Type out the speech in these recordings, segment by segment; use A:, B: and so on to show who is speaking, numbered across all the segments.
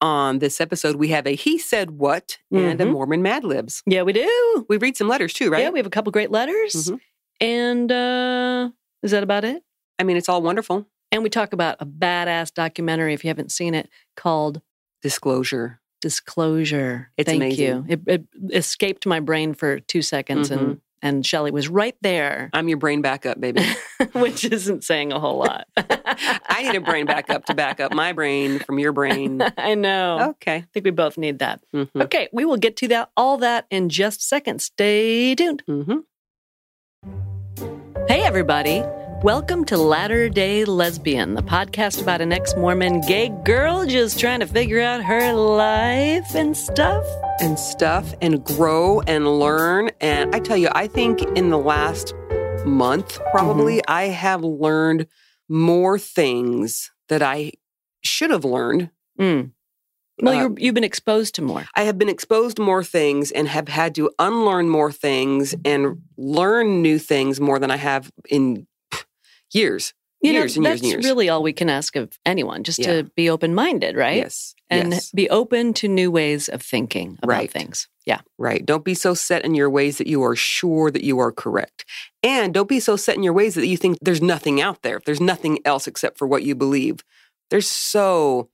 A: on this episode, we have a He Said What and a
B: Mhm.
A: Mormon Mad Libs.
B: Yeah, we do.
A: We read some letters too, right?
B: Yeah, we have a couple great letters.
A: Mhm.
B: And uh, is that about it?
A: I mean, it's all wonderful.
B: And we talk about a badass documentary, if you haven't seen it, called
A: Disclosure.
B: Disclosure.
A: It's
B: Thank
A: amazing.
B: you. It, it escaped my brain for two seconds,
A: Mm-hmm.
B: and, and Shelly was right there,
A: I'm your brain backup, baby.
B: which isn't saying a whole lot.
A: I need a brain backup to back up my brain from your brain.
B: I know.
A: Okay.
B: I think we both need that.
A: Mm-hmm.
B: Okay, we will get to that all that in just a second. Stay tuned.
A: Mm-hmm.
B: Hey everybody. Welcome to Latter Day Lesbian, the podcast about an ex-Mormon gay girl just trying to figure out her life and stuff.
A: and stuff and grow and learn. And I tell you, I think in the last month, probably,
B: Mm-hmm.
A: I have learned more things that I should have learned.
B: Mm. Well,
A: Uh,
B: you're, you've been exposed to more.
A: I have been exposed to more things and have had to unlearn more things and learn new things more than I have in years.
B: You
A: years
B: know,
A: and years
B: that's
A: and years.
B: really all we can ask of anyone, just
A: Yeah.
B: to be open-minded, right?
A: Yes.
B: And
A: yes.
B: be open to new ways of thinking about
A: Right.
B: things. Yeah.
A: Right. Don't be so set in your ways that you are sure that you are correct. And don't be so set in your ways that you think there's nothing out there. There's nothing else except for what you believe. There's so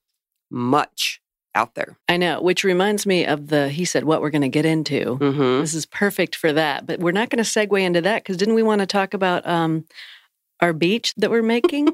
A: much out there.
B: I know, which reminds me of the he said what we're going to get into.
A: Mm-hmm.
B: This is perfect for that. But we're not going to segue into that because didn't we want to talk about um, our beach that we're making?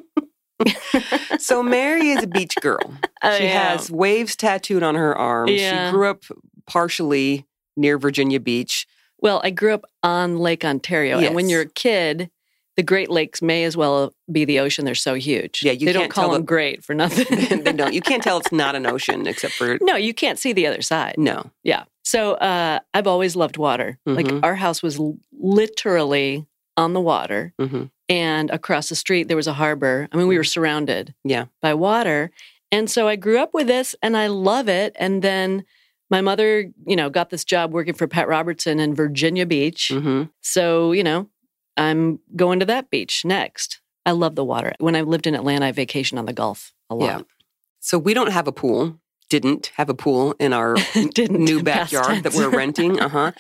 A: So Mary is a beach girl. she has waves tattooed on her arms.
B: Oh, Yeah.
A: She grew up partially near Virginia Beach.
B: Well, I grew up on Lake Ontario, and when
A: Yes.
B: you're a kid, the Great Lakes may as well be the ocean. They're so huge.
A: Yeah, you
B: they don't
A: can't
B: call
A: tell
B: them
A: the-
B: great for nothing.
A: they don't. You can't tell it's not an ocean except for
B: no, you can't see the other side.
A: no.
B: Yeah. So uh, I've always loved water.
A: Mhm.
B: Like our house was l- literally on the water.
A: Mm-hmm.
B: and across the street there was a harbor. I mean, we were surrounded
A: Yeah.
B: by water. And so I grew up with this and I love it. And then my mother, you know, got this job working for Pat Robertson in Virginia Beach.
A: Mm-hmm.
B: So, you know, I'm going to that beach next. I love the water. When I lived in Atlanta, I vacationed on the Gulf a
A: Yeah.
B: lot.
A: So we don't have a pool. Didn't have a pool in our
B: Didn't
A: new
B: do past
A: backyard that
B: tense.
A: we're renting. Uh huh.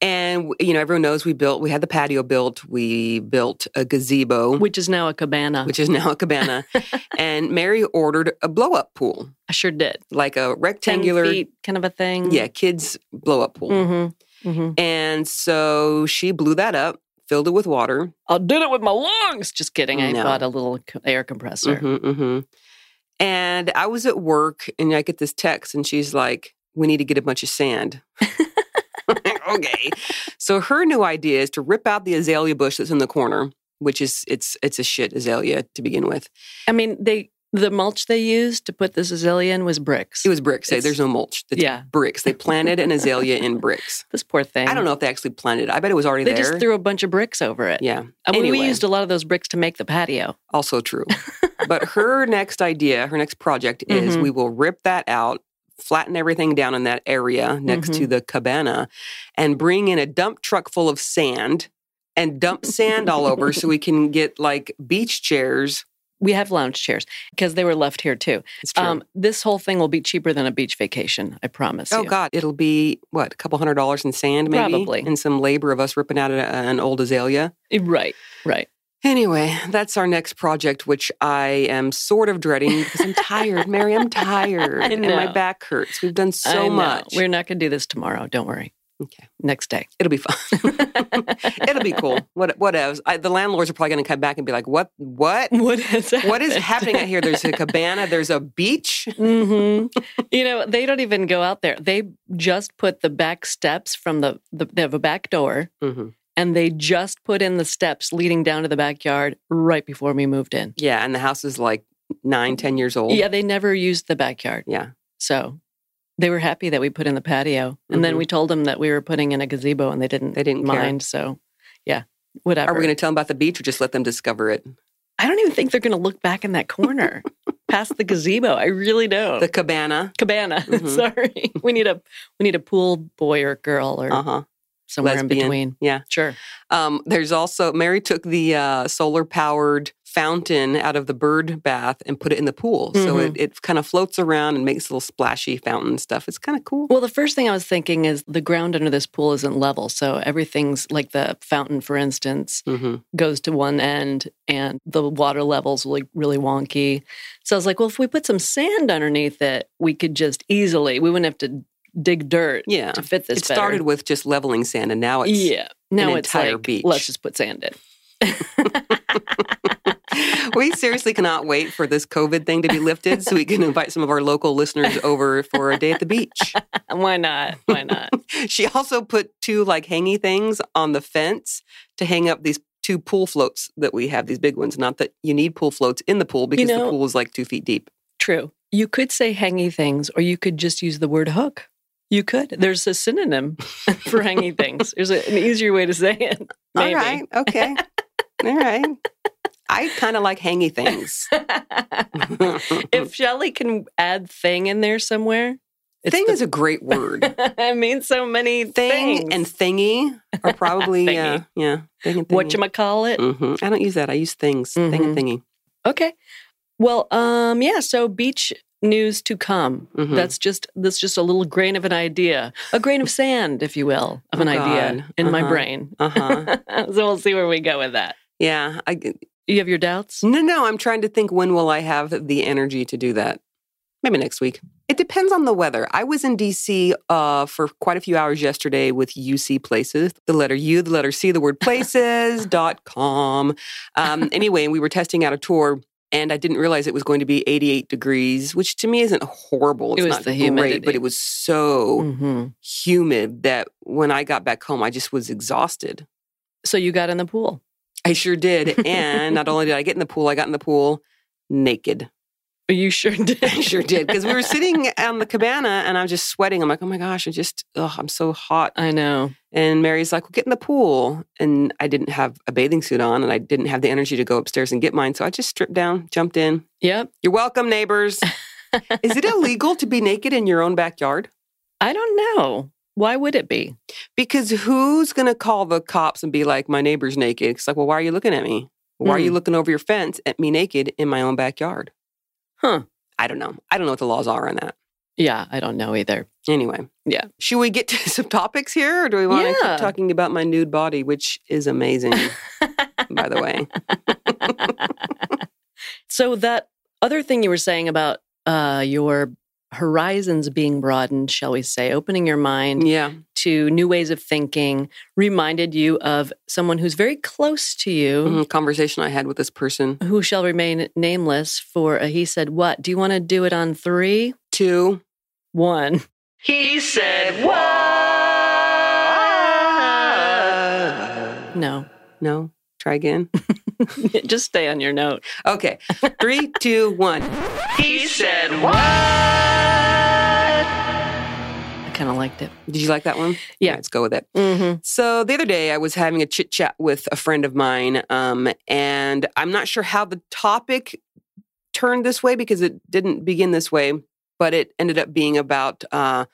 A: and you know, everyone knows we built. We had the patio built. We built a gazebo,
B: which is now a cabana.
A: which is now a cabana. and Mary ordered a blow up pool,
B: I sure did.
A: like a
B: 10
A: rectangular,
B: feet kind of a thing.
A: yeah, kids blow up pool.
B: Mm-hmm. Mm-hmm.
A: And so she blew that up, filled it with water.
B: I did it with my lungs. Just kidding. I
A: No.
B: bought a little co- air compressor.
A: Mhm, mhm. And I was at work, and I get this text, and she's like, "We need to get a bunch of sand." okay. So her new idea is to rip out the azalea bush that's in the corner, which is it's it's a shit azalea to begin with.
B: I mean, they the mulch they used to put this azalea in was bricks.
A: It was bricks. They,
B: It's-
A: there's no mulch. It's
B: yeah,
A: bricks. They planted an azalea in bricks.
B: this poor thing.
A: I don't know if they actually planted it. I bet it was already
B: They
A: there.
B: just threw a bunch of bricks over it.
A: yeah,
B: I mean, we
A: anyway.
B: used a lot of those bricks to make the patio.
A: also true. but her next idea, her next project is
B: Mhm.
A: we will rip that out, flatten everything down in that area next to the cabana, and bring in a dump truck full of sand and dump sand all over so we can get like beach chairs.
B: We have lounge chairs because they were left here too.
A: It's true.
B: Um, this whole thing will be cheaper than a beach vacation. I promise.
A: Oh
B: you.
A: God! It'll be what a couple hundred dollars in sand, maybe,
B: Probably.
A: and some labor of us ripping out a, an old azalea.
B: Eh, Right. Right.
A: Anyway, that's our next project, which I am sort of dreading because I'm tired, Mary. I'm tired,
B: I
A: and my
B: know.
A: back hurts. We've done
B: I
A: so
B: know.
A: much.
B: We're not going to do this tomorrow. Don't worry.
A: Okay.
B: Next day.
A: It'll be fun. It'll be cool. What what else? I, the landlords are probably going to come back and be like, "What? What?
B: What is
A: What is happening out here? There's a cabana. There's a beach.
B: hmm you know, they don't even go out there. They just put the back steps from the, the they have a back door
A: Mm-hmm.
B: and they just put in the steps leading down to the backyard right before we moved in.
A: Yeah, and the house is like nine, ten years old.
B: Yeah, they never used the backyard.
A: Yeah.
B: So they were happy that we put in the patio. And then
A: Mhm.
B: we told them that we were putting in a gazebo and they didn't
A: They didn't care.
B: mind. So yeah. Whatever.
A: Are we going to tell them about the beach or just let them discover it?
B: I don't even think they're gonna look back in that corner past the gazebo. I really don't.
A: The cabana.
B: cabana.
A: Mhm.
B: Sorry. We need a we need a pool boy or girl or
A: Uh huh.
B: somewhere
A: Lesbian.
B: in between.
A: Yeah.
B: Sure.
A: Um, there's also Mary took the uh, solar powered fountain out of the bird bath and put it in the pool. So
B: Mhm.
A: it, it kind of floats around and makes little splashy fountain stuff. It's kind of cool.
B: Well, the first thing I was thinking is the ground under this pool isn't level. So everything's like the fountain, for instance,
A: hmm
B: goes to one end and the water level's like really wonky. So I was like, well, if we put some sand underneath it, we could just easily, we wouldn't have to dig dirt
A: Yeah.
B: to fit this
A: It
B: better.
A: started with just leveling sand and now it's
B: yeah. Now it's
A: entire
B: like,
A: beach.
B: let's just put sand in.
A: we seriously cannot wait for this COVID thing to be lifted so we can invite some of our local listeners over for a day at the beach.
B: Why not? Why not?
A: She also put two like hangy things on the fence to hang up these two pool floats that we have, these big ones. Not that you need pool floats in the pool because
B: know-
A: the pool is like two feet deep.
B: True. You could say hangy things, or you could just use the word hook. You could. There's a synonym for hangy things. There's a, an easier way to say it. Maybe.
A: All right. Okay. All right. I kind of like hangy things.
B: if Shelley can add thing in there somewhere,
A: thing
B: the-
A: is a great word.
B: I mean, so many
A: Thing
B: things.
A: and thingy are probably yeah,
B: Thingy.
A: yeah. Thing and thingy.
B: what you might Mm-hmm. call it.
A: Mhm. I don't use that. I use things. Thing and thingy.
B: Okay. Well, um, yeah. So beach news to come.
A: Mhm.
B: That's just that's just a little grain of an idea, a grain of sand, if you will, of
A: Oh,
B: an idea
A: God.
B: in my
A: Uh-huh.
B: brain.
A: Uh huh.
B: so we'll see where we go with that.
A: yeah. I,
B: You have your doubts?
A: no, no. I'm trying to think when will I have the energy to do that? Maybe next week. It depends on the weather. I was in DC uh, for quite a few hours yesterday with UC Places, the letter U, the letter C, the word places dot com. Um, anyway, and we were testing out a tour. And I didn't realize it was going to be 88 degrees, which to me isn't horrible.
B: It
A: It's
B: was
A: not
B: the
A: great,
B: humidity.
A: but it was so
B: Mm-hmm.
A: humid that when I got back home, I just was exhausted.
B: So you got in the pool.
A: I sure did. And not only did I get in the pool, I got in the pool naked.
B: You sure did.
A: I sure did. Because we were sitting on the cabana and I'm just sweating. I'm like, oh my gosh, I just, oh, I'm so hot.
B: I know.
A: And Mary's like, well, get in the pool. And I didn't have a bathing suit on and I didn't have the energy to go upstairs and get mine. So I just stripped down, jumped in.
B: Yep.
A: You're welcome, neighbors. Is it illegal to be naked in your own backyard?
B: I don't know. Why would it be?
A: Because who's going to call the cops and be like, my neighbor's naked? It's like, well, why are you looking at me? Why are you looking over your fence at me naked in my own backyard?
B: Huh.
A: I don't know. I don't know what the laws are on that.
B: Yeah, I don't know either.
A: Anyway.
B: Yeah.
A: Should we get to some topics here or do we want to
B: Yeah.
A: keep talking about my nude body, which is amazing, by the way?
B: so that other thing you were saying about uh, your horizons being broadened, shall we say, opening your mind
A: Yeah.
B: to new ways of thinking, reminded you of someone who's very close to you.
A: Mhm. Conversation I had with this person.
B: Who shall remain nameless for a he said what? Do you want to do it on three?
A: Two.
B: One.
A: He said, what?
B: No.
A: No. Try again.
B: Just stay on your note.
A: Okay. Three, two, one. He said,
B: I kind of liked it.
A: Did you like that one? All
B: Yeah.
A: right, Let's go with it.
B: Mm-hmm.
A: So the other day, I was having a chit chat with a friend of mine, um, and I'm not sure how the topic turned this way because it didn't begin this way, but it ended up being about uh,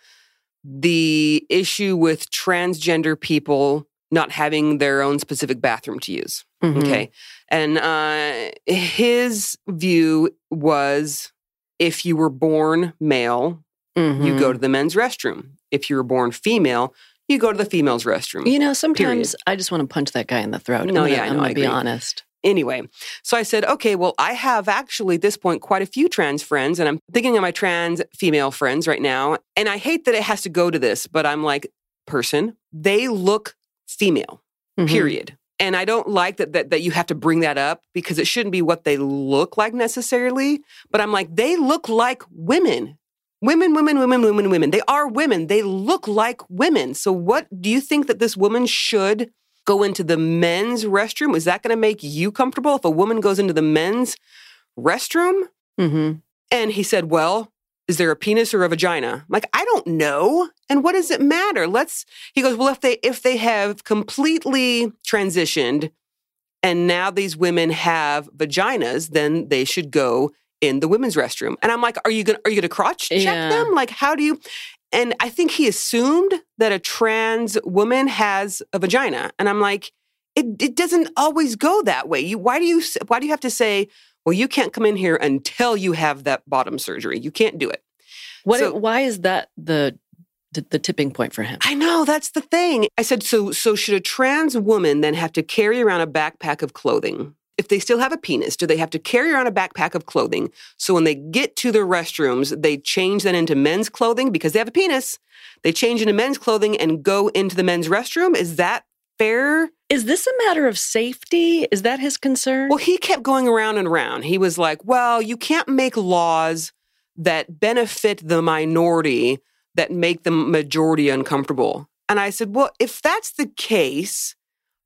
A: the issue with transgender people not having their own specific bathroom to use.
B: Mm-hmm.
A: Okay. And uh, his view was if you were born male,
B: Mm-hmm.
A: you go to the men's restroom. If you were born female, you go to the female's restroom.
B: You know, sometimes I just want to punch that guy in the throat.
A: No,
B: I'm gonna,
A: yeah, I
B: I'm
A: know,
B: gonna
A: I
B: be
A: agree.
B: honest.
A: Anyway, so I said, okay, well, I have actually at this point quite a few trans friends, and I'm thinking of my trans female friends right now. And I hate that it has to go to this, but I'm like, person, they look female.
B: Mhm.
A: period. And I don't like that, that that you have to bring that up because it shouldn't be what they look like necessarily. But I'm like, they look like women. Women, women, women, women, women. They are women. They look like women. So what do you think that this woman should go into the men's restroom? Is that gonna make you comfortable if a woman goes into the men's restroom?
B: Mhm.
A: And he said, Well, is there a penis or a vagina? I'm like, I don't know. And what does it matter? Let's he goes, Well, if they if they have completely transitioned and now these women have vaginas, then they should go in the women's restroom. And I'm like, Are you gonna are you gonna crotch check
B: Yeah.
A: them? Like, how do you and I think he assumed that a trans woman has a vagina. And I'm like, it, it doesn't always go that way. You why do you s- why do you have to say, well, you can't come in here until you have that bottom surgery. You can't do it.
B: What?
A: So-
B: why is that the the, the tipping point for him?
A: I know that's the thing. I said so. So should a trans woman then have to carry around a backpack of clothing? If they still have a penis, do they have to carry around a backpack of clothing so when they get to the restrooms, they change then into men's clothing because they have a penis? They change into men's clothing and go into the men's restroom? Is that fair?
B: Is this a matter of safety? Is that his concern?
A: Well, he kept going around and around. He was like, well, you can't make laws that benefit the minority that make the majority uncomfortable. And I said, well, if that's the case,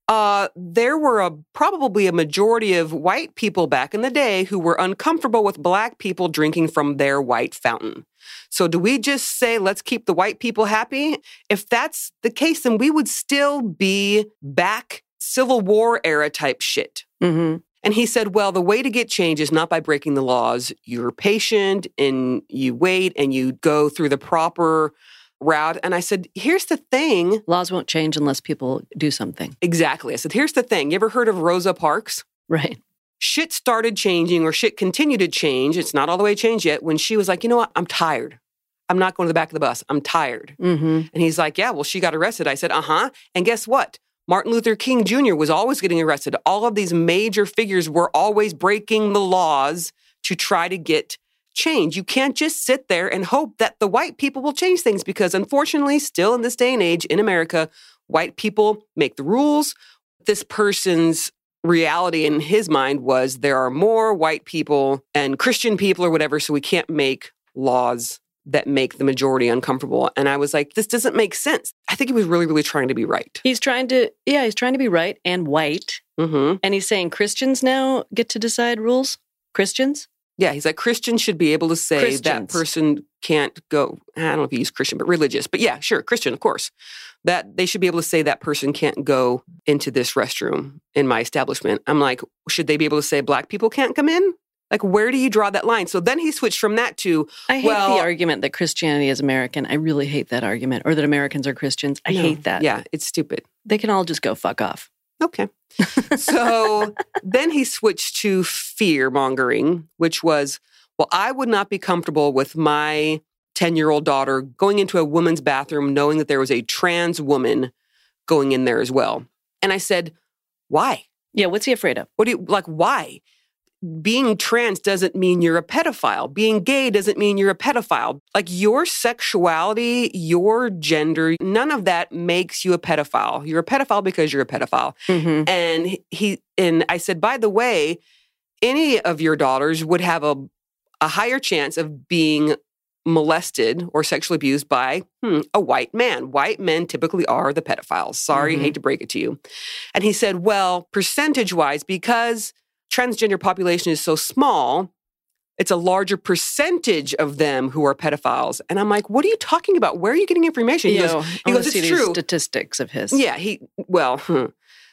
A: uh, there were a, probably a majority of white people back in the day who were uncomfortable with black people drinking from their white fountain. So, do we just say, let's keep the white people happy? If that's the case, then we would still be back Civil War era type shit.
B: mm-hmm.
A: And he said, Well, the way to get change is not by breaking the laws. You're patient and you wait and you go through the proper route. And I said, Here's the thing.
B: Laws won't change unless people do something,
A: Exactly. I said, Here's the thing. You ever heard of Rosa Parks?
B: right?
A: Shit started changing or shit continued to change. It's not all the way changed yet. When she was like, You know what? I'm tired. I'm not going to the back of the bus. I'm tired.
B: Mm-hmm.
A: And he's like, Yeah, well, she got arrested. I said, Uh huh. And guess what? Martin Luther King Jr. was always getting arrested. All of these major figures were always breaking the laws to try to get change. You can't just sit there and hope that the white people will change things because, unfortunately, still in this day and age in America, white people make the rules. This person's reality in his mind was there are more white people and Christian people or whatever, so we can't make laws that make the majority uncomfortable. And I was like, this doesn't make sense. I think he was really, really trying to be right.
B: He's trying to, yeah, he's trying to be right and white,
A: hmm
B: and he's saying Christians now get to decide rules. Christians,
A: Yeah, he's like, Christians should be able to say that
B: Christians.
A: person can't go. I don't know if he used Christian, but religious. But yeah, sure, Christian, of course. That they should be able to say that person can't go into this restroom in my establishment. I'm like, should they be able to say black people can't come in? Like, where do you draw that line? So then he switched from that to,
B: I hate
A: Well-
B: the argument that Christianity is American. I really hate that argument, or that Americans are Christians. I
A: No,
B: hate that.
A: yeah, it's stupid.
B: they can all just go fuck off.
A: Okay. so then he switched to fear mongering, which was, well, I would not be comfortable with my 10 year old daughter going into a woman's bathroom knowing that there was a trans woman going in there as well. And I said, why?
B: Yeah, what's he afraid of?
A: What do you like? Why? Being trans doesn't mean you're a pedophile. Being gay doesn't mean you're a pedophile. Like your sexuality, your gender, none of that makes you a pedophile. You're a pedophile because you're a pedophile.
B: Mm-hmm.
A: And he and I said, by the way, any of your daughters would have a a higher chance of being molested or sexually abused by hmm, a white man. White men typically are the pedophiles. Sorry,
B: Mhm.
A: hate to break it to you. And he said, well, percentage wise, because transgender population is so small, it's a larger percentage of them who are pedophiles. And I'm like, what are you talking about? Where are you getting information? He goes,
B: I
A: goes,
B: want to see
A: "It's
B: these
A: true."
B: statistics of his.
A: yeah, he well, hmm.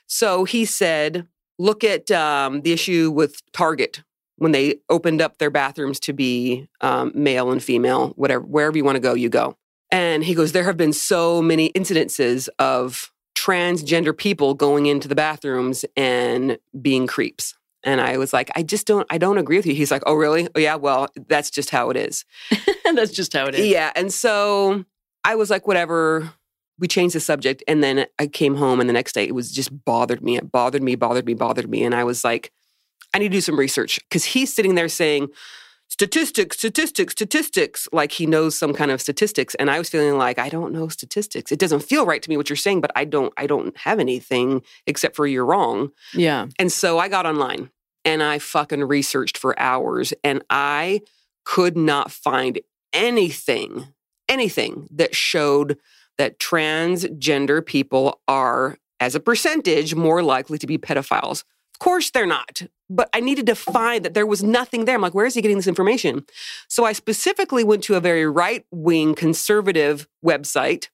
A: so he said, look at um, the issue with Target when they opened up their bathrooms to be um, male and female, whatever, wherever you want to go, you go. And he goes, there have been so many incidences of transgender people going into the bathrooms and being creeps. And I was like, I just don't, I don't agree with you. He's like, oh, really? Oh, yeah, well, that's just how it is.
B: that's just how it is.
A: Yeah. And so I was like, whatever. We changed the subject. And then I came home, and the next day it was just bothered me. It bothered me, bothered me, bothered me. And I was like, I need to do some research because he's sitting there saying, statistics, statistics, statistics, like he knows some kind of statistics. And I was feeling like, I don't know statistics. It doesn't feel right to me what you're saying, but I don't, I don't have anything except for you're wrong.
B: Yeah.
A: And so I got online and I fucking researched for hours and I could not find anything, anything that showed that transgender people are, as a percentage, more likely to be pedophiles. Of course they're not. But I needed to find that there was nothing there. I'm like, where is he getting this information? So I specifically went to a very right wing conservative website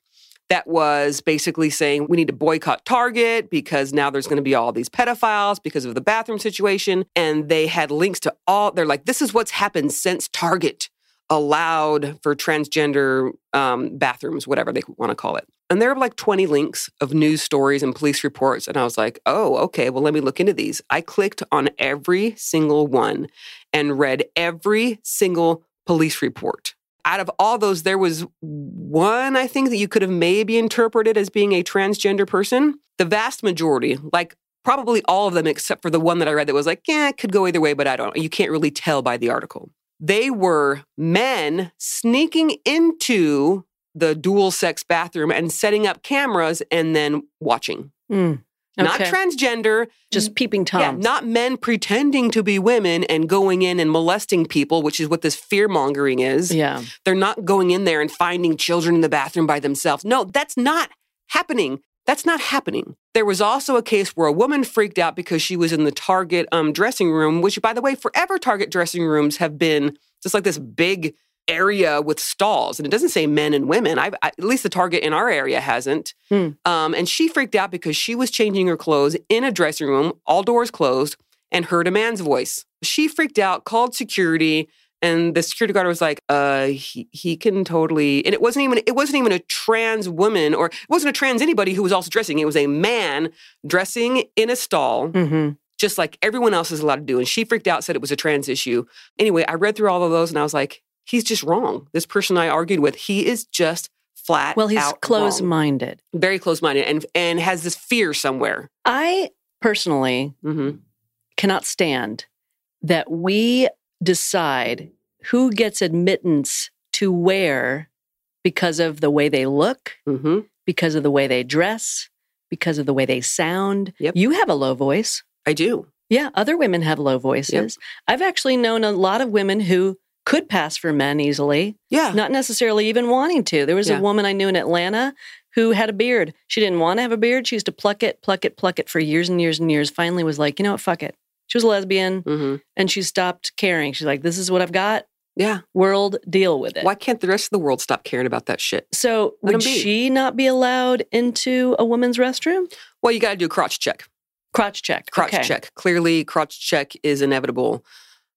A: that was basically saying we need to boycott Target because now there's going to be all these pedophiles because of the bathroom situation. And they had links to all, they're like, this is what's happened since Target allowed for transgender um, bathrooms, whatever they want to call it. And there were like 20 links of news stories and police reports. And I was like, oh, okay, well, let me look into these. I clicked on every single one and read every single police report. Out of all those, there was one, I think, that you could have maybe interpreted as being a transgender person. The vast majority, like probably all of them, except for the one that I read that was like, yeah, it could go either way, but I don't, you can't really tell by the article. They were men sneaking into the dual sex bathroom and setting up cameras and then watching.
B: Mm,
A: Not
B: okay. Mm.
A: transgender,
B: Just peeping toms.
A: yeah, not men pretending to be women and going in and molesting people, which is what this fear mongering is.
B: Yeah.
A: They're not going in there and finding children in the bathroom by themselves. No, that's not happening. That's not happening. There was also a case where a woman freaked out because she was in the Target um, dressing room, which, by the way, forever Target dressing rooms have been just like this big area with stalls. And it doesn't say men and women. I've, I, at least the Target in our area hasn't.
B: Hmm.
A: Um, and she freaked out because she was changing her clothes in a dressing room, all doors closed, and heard a man's voice. She freaked out, called security, and the security guard was like, "Uh, he he can totally." And it wasn't even it wasn't even a trans woman or it wasn't a trans anybody who was also dressing. It was a man dressing in a stall,
B: Mm-hmm.
A: just like everyone else is allowed to do. And she freaked out, said it was a trans issue. Anyway, I read through all of those, and I was like, "He's just wrong." This person I argued with, he is just flat.
B: Well, he's
A: out
B: close
A: wrong.
B: minded.
A: very close minded, and and has this fear somewhere.
B: I personally
A: hmm
B: cannot stand that we decide who gets admittance to where because of the way they look,
A: hmm
B: because of the way they dress, because of the way they sound.
A: Yep.
B: You have a low voice.
A: I do.
B: Yeah, other women have low voices. I've actually known a lot of women who could pass for men easily,
A: Yeah.
B: not necessarily even wanting to. There was
A: Oh. Yeah.
B: a woman I knew in Atlanta who had a beard. She didn't want to have a beard. She used to pluck it, pluck it, pluck it for years and years and years. Finally was like, you know what, fuck it. She was a lesbian
A: hmm
B: and she stopped caring. She's like, this is what I've got.
A: Yeah.
B: World, deal with it.
A: Why can't the rest of the world stop caring about that shit?
B: So
A: Let 'em
B: would
A: be.
B: she not be allowed into a woman's restroom?
A: Well, you got to do a crotch check.
B: Crotch check.
A: Crotch
B: Okay.
A: check. Clearly, crotch check is inevitable.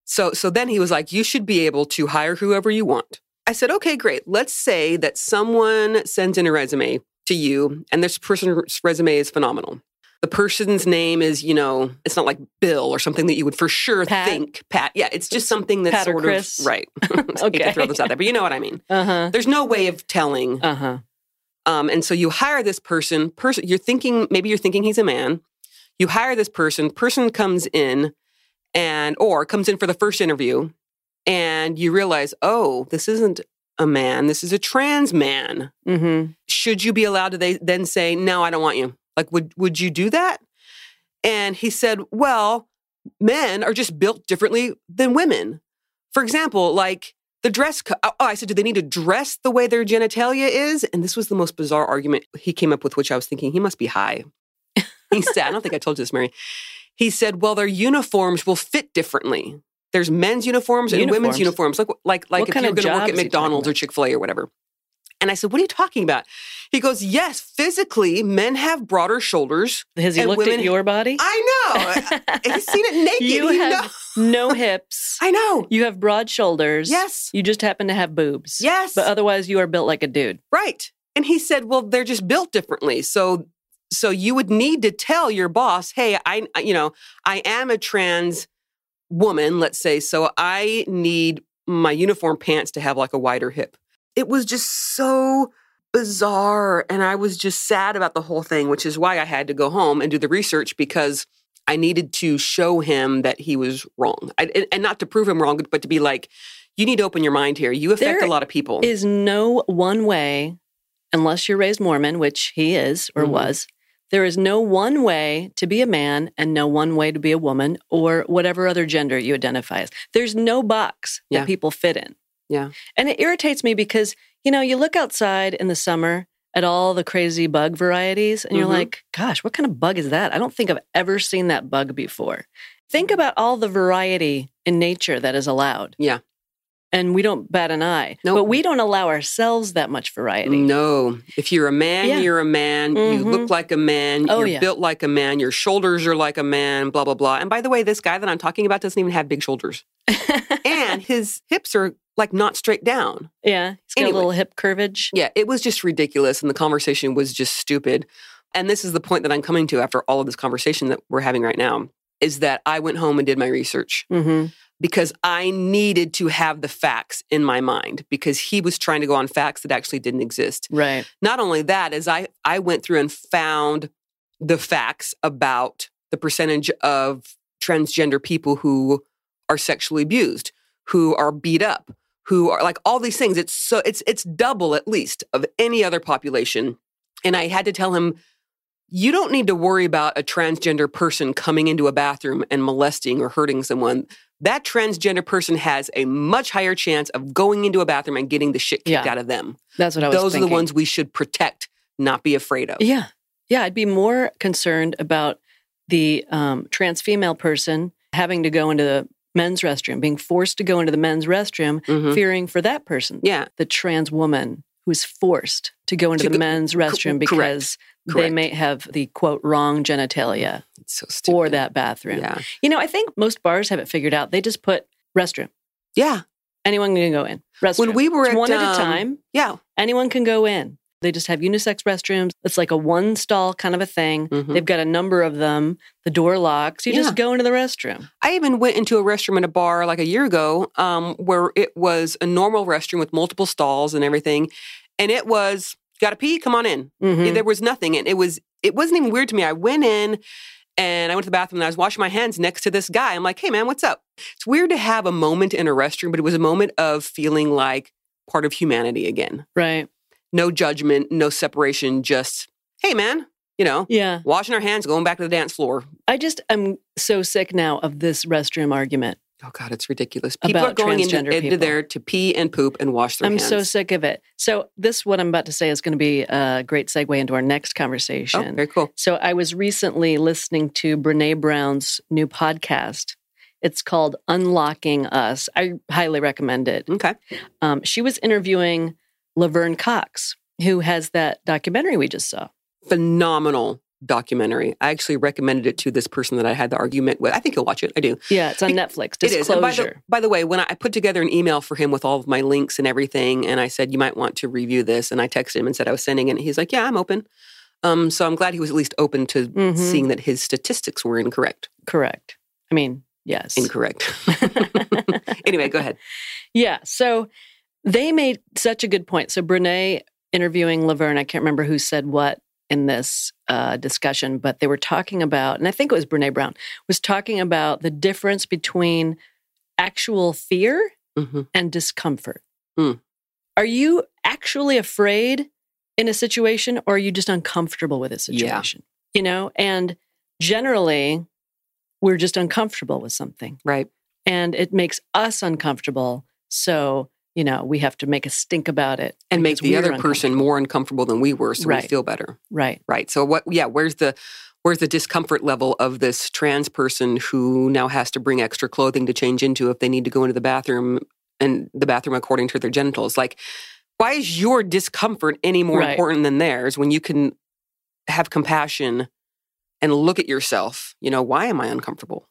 A: So, so then he was like, "You should be able to hire whoever you want." I said, "Okay, great. Let's say that someone sends in a resume to you, and this person's resume is phenomenal. The person's name is, you know, it's not like Bill or something that you would for sure
B: Pat?
A: think Pat. Yeah, it's just something that's
B: Pat or
A: sort
B: Chris?
A: of right. I hate to
B: Okay.
A: throw this out there, but you know what I mean.
B: Uh huh.
A: There's no way of telling
B: Uh huh.
A: Um, and so you hire this person. Person, you're thinking maybe you're thinking he's a man. You hire this person. Person comes in, and or comes in for the first interview, and you realize, oh, this isn't a man. This is a trans man.
B: Mm hmm.
A: Should you be allowed to they, then say, no, I don't want you? Like, would would you do that? And he said, well, men are just built differently than women. For example, like the dress. Co- oh, I said, do they need to dress the way their genitalia is? And this was the most bizarre argument he came up with, which I was thinking he must be high. He said, I don't think I told you this, Mary. He said, well, their uniforms will fit differently. There's men's uniforms and women's uniforms,
B: Uniforms.
A: like like like
B: What
A: if
B: kind
A: you're
B: of
A: going to
B: job
A: work at
B: is he talking
A: McDonald's or Chick Fil A or whatever. And I said, what are you talking about? He goes, yes, physically, men have broader shoulders.
B: Has he
A: And
B: looked
A: women-
B: at your body?
A: I know. He's seen it naked.
B: You
A: He
B: have-
A: knows.
B: no hips.
A: I know.
B: You have broad shoulders.
A: Yes.
B: You just happen to have boobs.
A: Yes.
B: But otherwise, you are built like a dude.
A: Right. And he said, "Well, they're just built differently." So so you would need to tell your boss, "Hey, I you know, I am a trans woman, let's say, so I need my uniform pants to have like a wider hip." It was just so bizarre and I was just sad about the whole thing, which is why I had to go home and do the research because I needed to show him that he was wrong. I, and- and not to prove him wrong, but to be like, you need to open your mind here. You affect
B: There
A: a lot of people.
B: Is no one way, unless you're raised Mormon, which he is or
A: Mhm.
B: was, there is no one way to be a man and no one way to be a woman or whatever other gender you identify as. There's no box
A: Yeah.
B: that people fit in.
A: Yeah.
B: And it irritates me because, you know, you look outside in the summer at all the crazy bug varieties and you're
A: Mhm.
B: like, gosh, what kind of bug is that? I don't think I've ever seen that
A: Mm-hmm.
B: bug before. Think about all the variety in nature that is allowed.
A: Yeah.
B: and we don't bat an eye.
A: Nope.
B: But we don't allow ourselves that much
A: Mm.
B: variety.
A: No. If you're a man,
B: Yeah.
A: you're a man. You
B: Mhm.
A: look like a man.
B: Oh,
A: you're
B: yeah.
A: built like a man. Your shoulders are like a man, blah, blah, blah. And by the way, this guy that I'm talking about doesn't even have big shoulders. and his hips are like not straight down.
B: yeah, it's got
A: Anyway.
B: a little hip curvage.
A: Yeah, it was just ridiculous. And the conversation was just stupid. And this is the point that I'm coming to after all of this conversation that we're having right now is that I went home and did my research
B: Mm-hmm.
A: because I needed to have the facts in my mind because he was trying to go on facts that actually didn't exist.
B: Right.
A: Not only that, as I, I went through and found the facts about the percentage of transgender people who are sexually abused, who are beat up, who are like all these things. It's so it's it's double at least of any other population. And I had to tell him, you don't need to worry about a transgender person coming into a bathroom and molesting or hurting someone. That transgender person has a much higher chance of going into a bathroom and getting the shit kicked
B: Yeah.
A: out of them.
B: That's what I was
A: Those are
B: thinking.
A: the ones we should protect, not be afraid of.
B: Yeah. Yeah. I'd be more concerned about the um, trans female person having to go into the men's restroom, being forced to go into the men's restroom,
A: Mhm.
B: fearing for that person.
A: Yeah.
B: The trans woman who's forced to go into
A: To
B: the
A: go-
B: men's restroom
A: correct.
B: because they
A: Correct.
B: may have the quote wrong genitalia
A: It's so stupid.
B: for that bathroom.
A: Yeah.
B: You know, I think most bars have it figured out. They just put restroom.
A: Yeah.
B: Anyone can go in. Restroom.
A: When we were
B: It's
A: at
B: one at
A: um,
B: a time.
A: Yeah.
B: Anyone can go in. They just have unisex restrooms. It's like a one stall kind of a thing.
A: Mhm.
B: They've got a number of them. The door locks. You
A: Yeah.
B: just go into the restroom.
A: I even went into a restroom at a bar like a year ago um, where it was a normal restroom with multiple stalls and everything. And it was, got to pee? Come on in.
B: Mhm.
A: There was nothing. And it was, it wasn't even weird to me. I went in and I went to the bathroom and I was washing my hands next to this guy. I'm like, hey, man, what's up? It's weird to have a moment in a restroom, but it was a moment of feeling like part of humanity again.
B: Right.
A: No judgment, no separation, just, hey, man, you know,
B: Yeah.
A: washing our hands, going back to the dance floor.
B: I just am so sick now of this restroom argument.
A: Oh God, it's ridiculous. People
B: About
A: are going into,
B: transgender
A: into
B: people.
A: there to pee and poop and wash their
B: I'm
A: hands. Oh,
B: so sick of it. So this what I'm about to say is going to be a great segue into our next conversation.
A: Oh, very cool.
B: So I was recently listening to Brene Brown's new podcast. It's called Unlocking Us. I highly recommend it.
A: Okay.
B: Um, she was interviewing Laverne Cox, who has that documentary we just saw.
A: Phenomenal documentary. I actually recommended it to this person that I had the argument with. I think he'll watch it. I do.
B: Yeah, it's on
A: Be-
B: Netflix.
A: It is. And by the,
B: Disclosure.
A: by the way, when I, I put together an email for him with all of my links and everything, and I said, you might want to review this. And I texted him and said I was sending it. And he's like, yeah, I'm open. Um, so I'm glad he was at least open to
B: Mhm.
A: seeing that his statistics were incorrect.
B: Correct. I mean, yes.
A: Incorrect. anyway, go ahead.
B: Yeah. So they made such a good point. So Brene interviewing Laverne, I can't remember who said what in this uh, discussion, but they were talking about, and I think it was Brene Brown, was talking about the difference between actual fear
A: hmm
B: and discomfort.
A: Hmm.
B: Are you actually afraid in a situation or are you just uncomfortable with a situation? You know, and generally we're just uncomfortable with something
A: Right.
B: and it makes us uncomfortable. So, you know, we have to make a stink about it
A: And make
B: because
A: the
B: we're
A: other
B: uncomfortable.
A: person more uncomfortable than we were so we
B: Right.
A: feel better.
B: Right.
A: Right. So what yeah, where's the where's the discomfort level of this trans person who now has to bring extra clothing to change into if they need to go into the bathroom and the bathroom according to their genitals? Like why is your discomfort any more
B: Right.
A: important than theirs when you can have compassion and look at yourself? You know, why am I uncomfortable?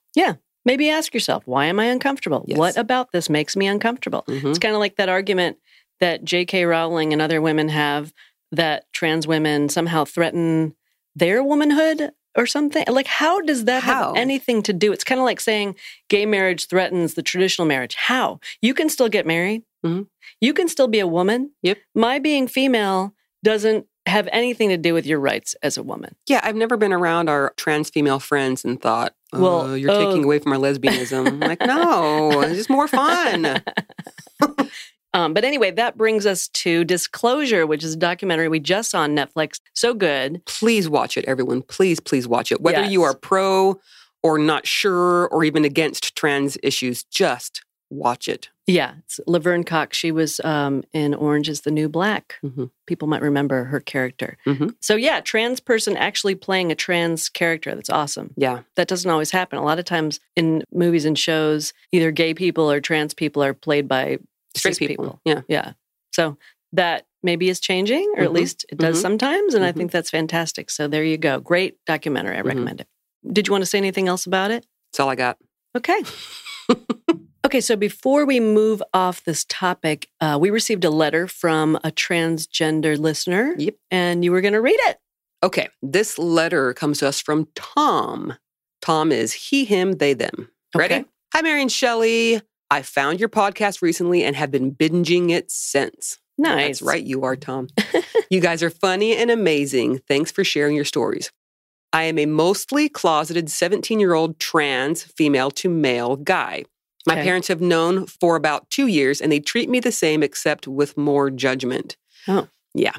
B: Maybe ask yourself, why am I uncomfortable?
A: Yes.
B: What about this makes me uncomfortable?
A: Mhm.
B: It's kind of like that argument that J.K. Rowling and other women have that trans women somehow threaten their womanhood or something. Like, how does that
A: How?
B: have anything to do? It's kind of like saying gay marriage threatens the traditional marriage. How? You can still get married,
A: Mhm.
B: you can still be a woman.
A: Yep.
B: My being female doesn't have anything to do with your rights as a woman.
A: Yeah, I've never been around our trans female friends and thought, oh,
B: Well,
A: you're
B: oh.
A: taking away from our lesbianism. I'm like, no, it's just more fun.
B: Um, but anyway, that brings us to Disclosure, which is a documentary we just saw on Netflix. So good.
A: please watch it, everyone. Please, please watch it. Whether you
B: Yes.
A: are pro or not sure or even against trans issues, just watch it.
B: Yeah, it's Laverne Cox. She was um, in Orange is the New Black.
A: Mhm.
B: People might remember her character.
A: Mhm.
B: So, yeah, trans person actually playing a trans character. That's awesome.
A: Yeah.
B: That doesn't always happen. A lot of times in movies and shows, either gay people or trans people are played by
A: Straight
B: cis
A: people. Yeah.
B: Yeah. So that maybe is changing, or at
A: Mhm.
B: least it does
A: Mhm.
B: sometimes. And I
A: Mhm.
B: think that's fantastic. So there you go. Great documentary. I
A: Mhm.
B: recommend it. Did you want to say anything else about it?
A: That's all I got.
B: Okay. okay. So before we move off this topic, uh, we received a letter from a transgender listener.
A: Yep.
B: And you were going to read it.
A: Okay. This letter comes to us from Tom. Tom is he, him, they, them. Ready?
B: Okay.
A: Hi, Mary and Shelley. I found your podcast recently and have been binging it since.
B: Nice.
A: That's right, you are, Tom. you guys are funny and amazing. Thanks for sharing your stories. I am a mostly closeted 17 year old trans female to male guy. My
B: Okay.
A: parents have known for about two years and they treat me the same except with more judgment.
B: Oh.
A: Yeah.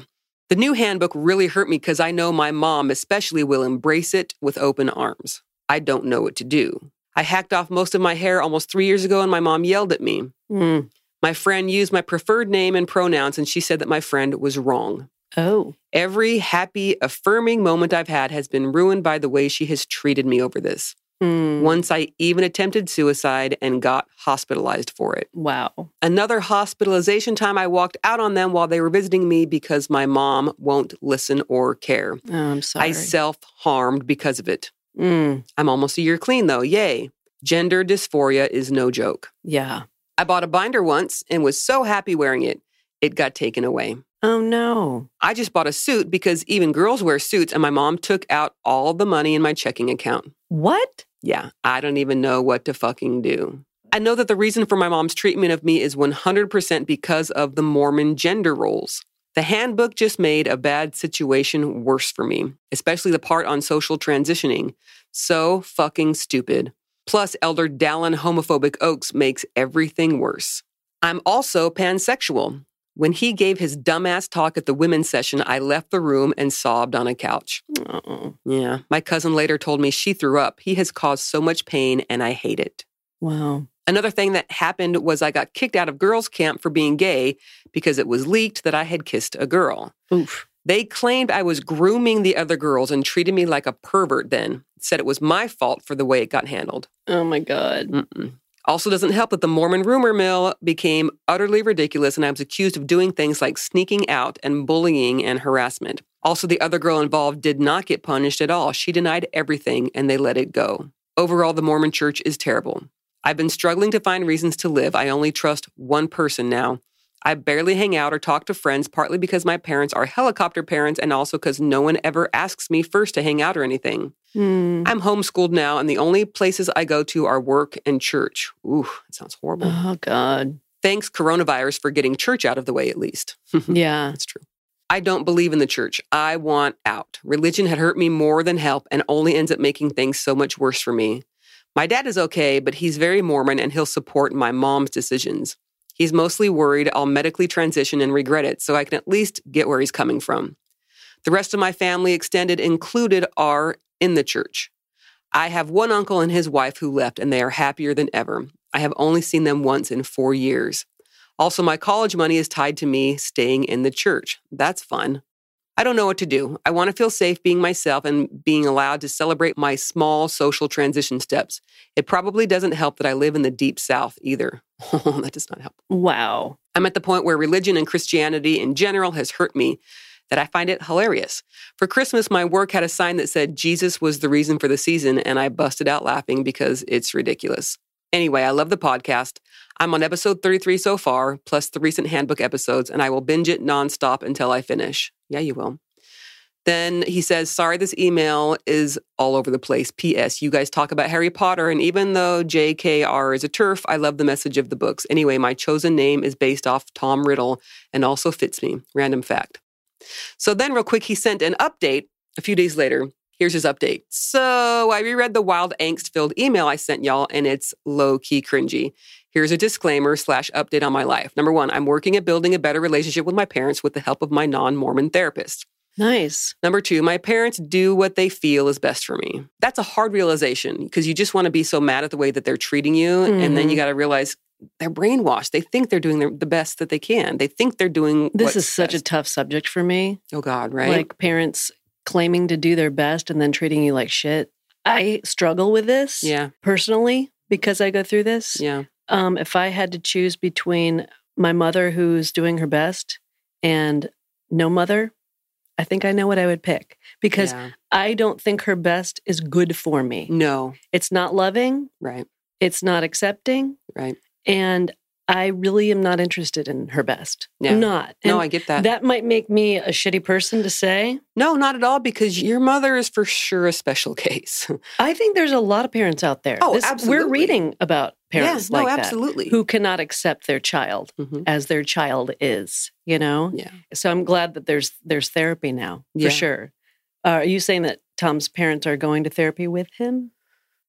A: The new handbook really hurt me because I know my mom, especially, will embrace it with open arms. I don't know what to do. I hacked off most of my hair almost three years ago and my mom yelled at me.
B: Mm.
A: My friend used my preferred name and pronouns, and she said that my friend was wrong.
B: Oh.
A: Every happy, affirming moment I've had has been ruined by the way she has treated me over this.
B: Mm.
A: Once I even attempted suicide and got hospitalized for it.
B: Wow.
A: Another hospitalization time, I walked out on them while they were visiting me because my mom won't listen or care.
B: Oh, I'm sorry.
A: I self harmed because of it.
B: Mm.
A: I'm almost a year clean, though. Yay. Gender dysphoria is no joke.
B: Yeah.
A: I bought a binder once and was so happy wearing it, it got taken away.
B: Oh, no.
A: I just bought a suit because even girls wear suits, and my mom took out all the money in my checking account.
B: What?
A: Yeah, I don't even know what to fucking do. I know that the reason for my mom's treatment of me is 100% because of the Mormon gender roles. The handbook just made a bad situation worse for me, especially the part on social transitioning. So fucking stupid. Plus, Elder Dallin homophobic Oaks makes everything worse. I'm also pansexual. When he gave his dumbass talk at the women's session, I left the room and sobbed on a couch.
B: Oh.
A: Yeah. My cousin later told me she threw up. He has caused so much pain and I hate it.
B: Wow.
A: Another thing that happened was I got kicked out of girls' camp for being gay because it was leaked that I had kissed a girl.
B: Oof.
A: They claimed I was grooming the other girls and treated me like a pervert then, said it was my fault for the way it got handled.
B: Oh, my God.
A: Mm-mm. Also, doesn't help that the Mormon rumor mill became utterly ridiculous, and I was accused of doing things like sneaking out and bullying and harassment. Also, the other girl involved did not get punished at all. She denied everything, and they let it go. Overall, the Mormon church is terrible. I've been struggling to find reasons to live. I only trust one person now. I barely hang out or talk to friends, partly because my parents are helicopter parents and also because no one ever asks me first to hang out or anything.
B: Mm.
A: I'm homeschooled now, and the only places I go to are work and church. Ooh, that sounds horrible.
B: Oh, God.
A: Thanks, coronavirus, for getting church out of the way, at least.
B: Yeah.
A: That's true. I don't believe in the church. I want out. Religion had hurt me more than help and only ends up making things so much worse for me. My dad is okay, but he's very Mormon and he'll support my mom's decisions. He's mostly worried I'll medically transition and regret it, so I can at least get where he's coming from. The rest of my family, extended included, are in the church. I have one uncle and his wife who left, and they are happier than ever. I have only seen them once in four years. Also, my college money is tied to me staying in the church. That's fun. I don't know what to do. I want to feel safe being myself and being allowed to celebrate my small social transition steps. It probably doesn't help that I live in the deep south either. that does not help.
B: Wow.
A: I'm at the point where religion and Christianity in general has hurt me that I find it hilarious. For Christmas, my work had a sign that said Jesus was the reason for the season, and I busted out laughing because it's ridiculous. Anyway, I love the podcast. I'm on episode 33 so far, plus the recent handbook episodes, and I will binge it nonstop until I finish. Yeah, you will. Then he says, Sorry, this email is all over the place. P.S. You guys talk about Harry Potter, and even though J.K.R. is a turf, I love the message of the books. Anyway, my chosen name is based off Tom Riddle and also fits me. Random fact. So then, real quick, he sent an update a few days later. Here's his update. So I reread the wild angst filled email I sent y'all, and it's low key cringy. Here's a disclaimer slash update on my life. Number one, I'm working at building a better relationship with my parents with the help of my non Mormon therapist.
B: Nice.
A: Number two, my parents do what they feel is best for me. That's a hard realization because you just want to be so mad at the way that they're treating you. And then
B: Mhm.
A: you got to realize they're brainwashed. They think they're doing their, the best that they can. They think they're doing
B: This
A: what's
B: is such a
A: best.
B: tough subject for me.
A: oh God, right?
B: Like parents claiming to do their best and then treating you like shit. I struggle with this
A: yeah,
B: personally because I go through this.
A: yeah.
B: Um, if I had to choose between my mother who's doing her best and no mother, I think I know what I would pick because
A: Yeah. Mm.
B: I don't think her best is good for me.
A: no,
B: It's not loving,
A: right,
B: it's not accepting,
A: right.
B: and I really am not interested in her best.
A: Yeah.
B: I'm not.
A: No,
B: And
A: I get that.
B: that might make me a shitty person to say.
A: No, not at all, because your mother is for sure a special case.
B: I think there's a lot of parents out there.
A: Oh,
B: We're
A: absolutely.
B: reading about parents
A: yeah,
B: like
A: no,
B: that
A: absolutely.
B: who cannot accept their child
A: Mhm.
B: as their child is, you know?
A: Yeah.
B: So I'm glad that there's there's therapy now,
A: Yeah.
B: for sure. Uh, are you saying that Tom's parents are going to therapy with him?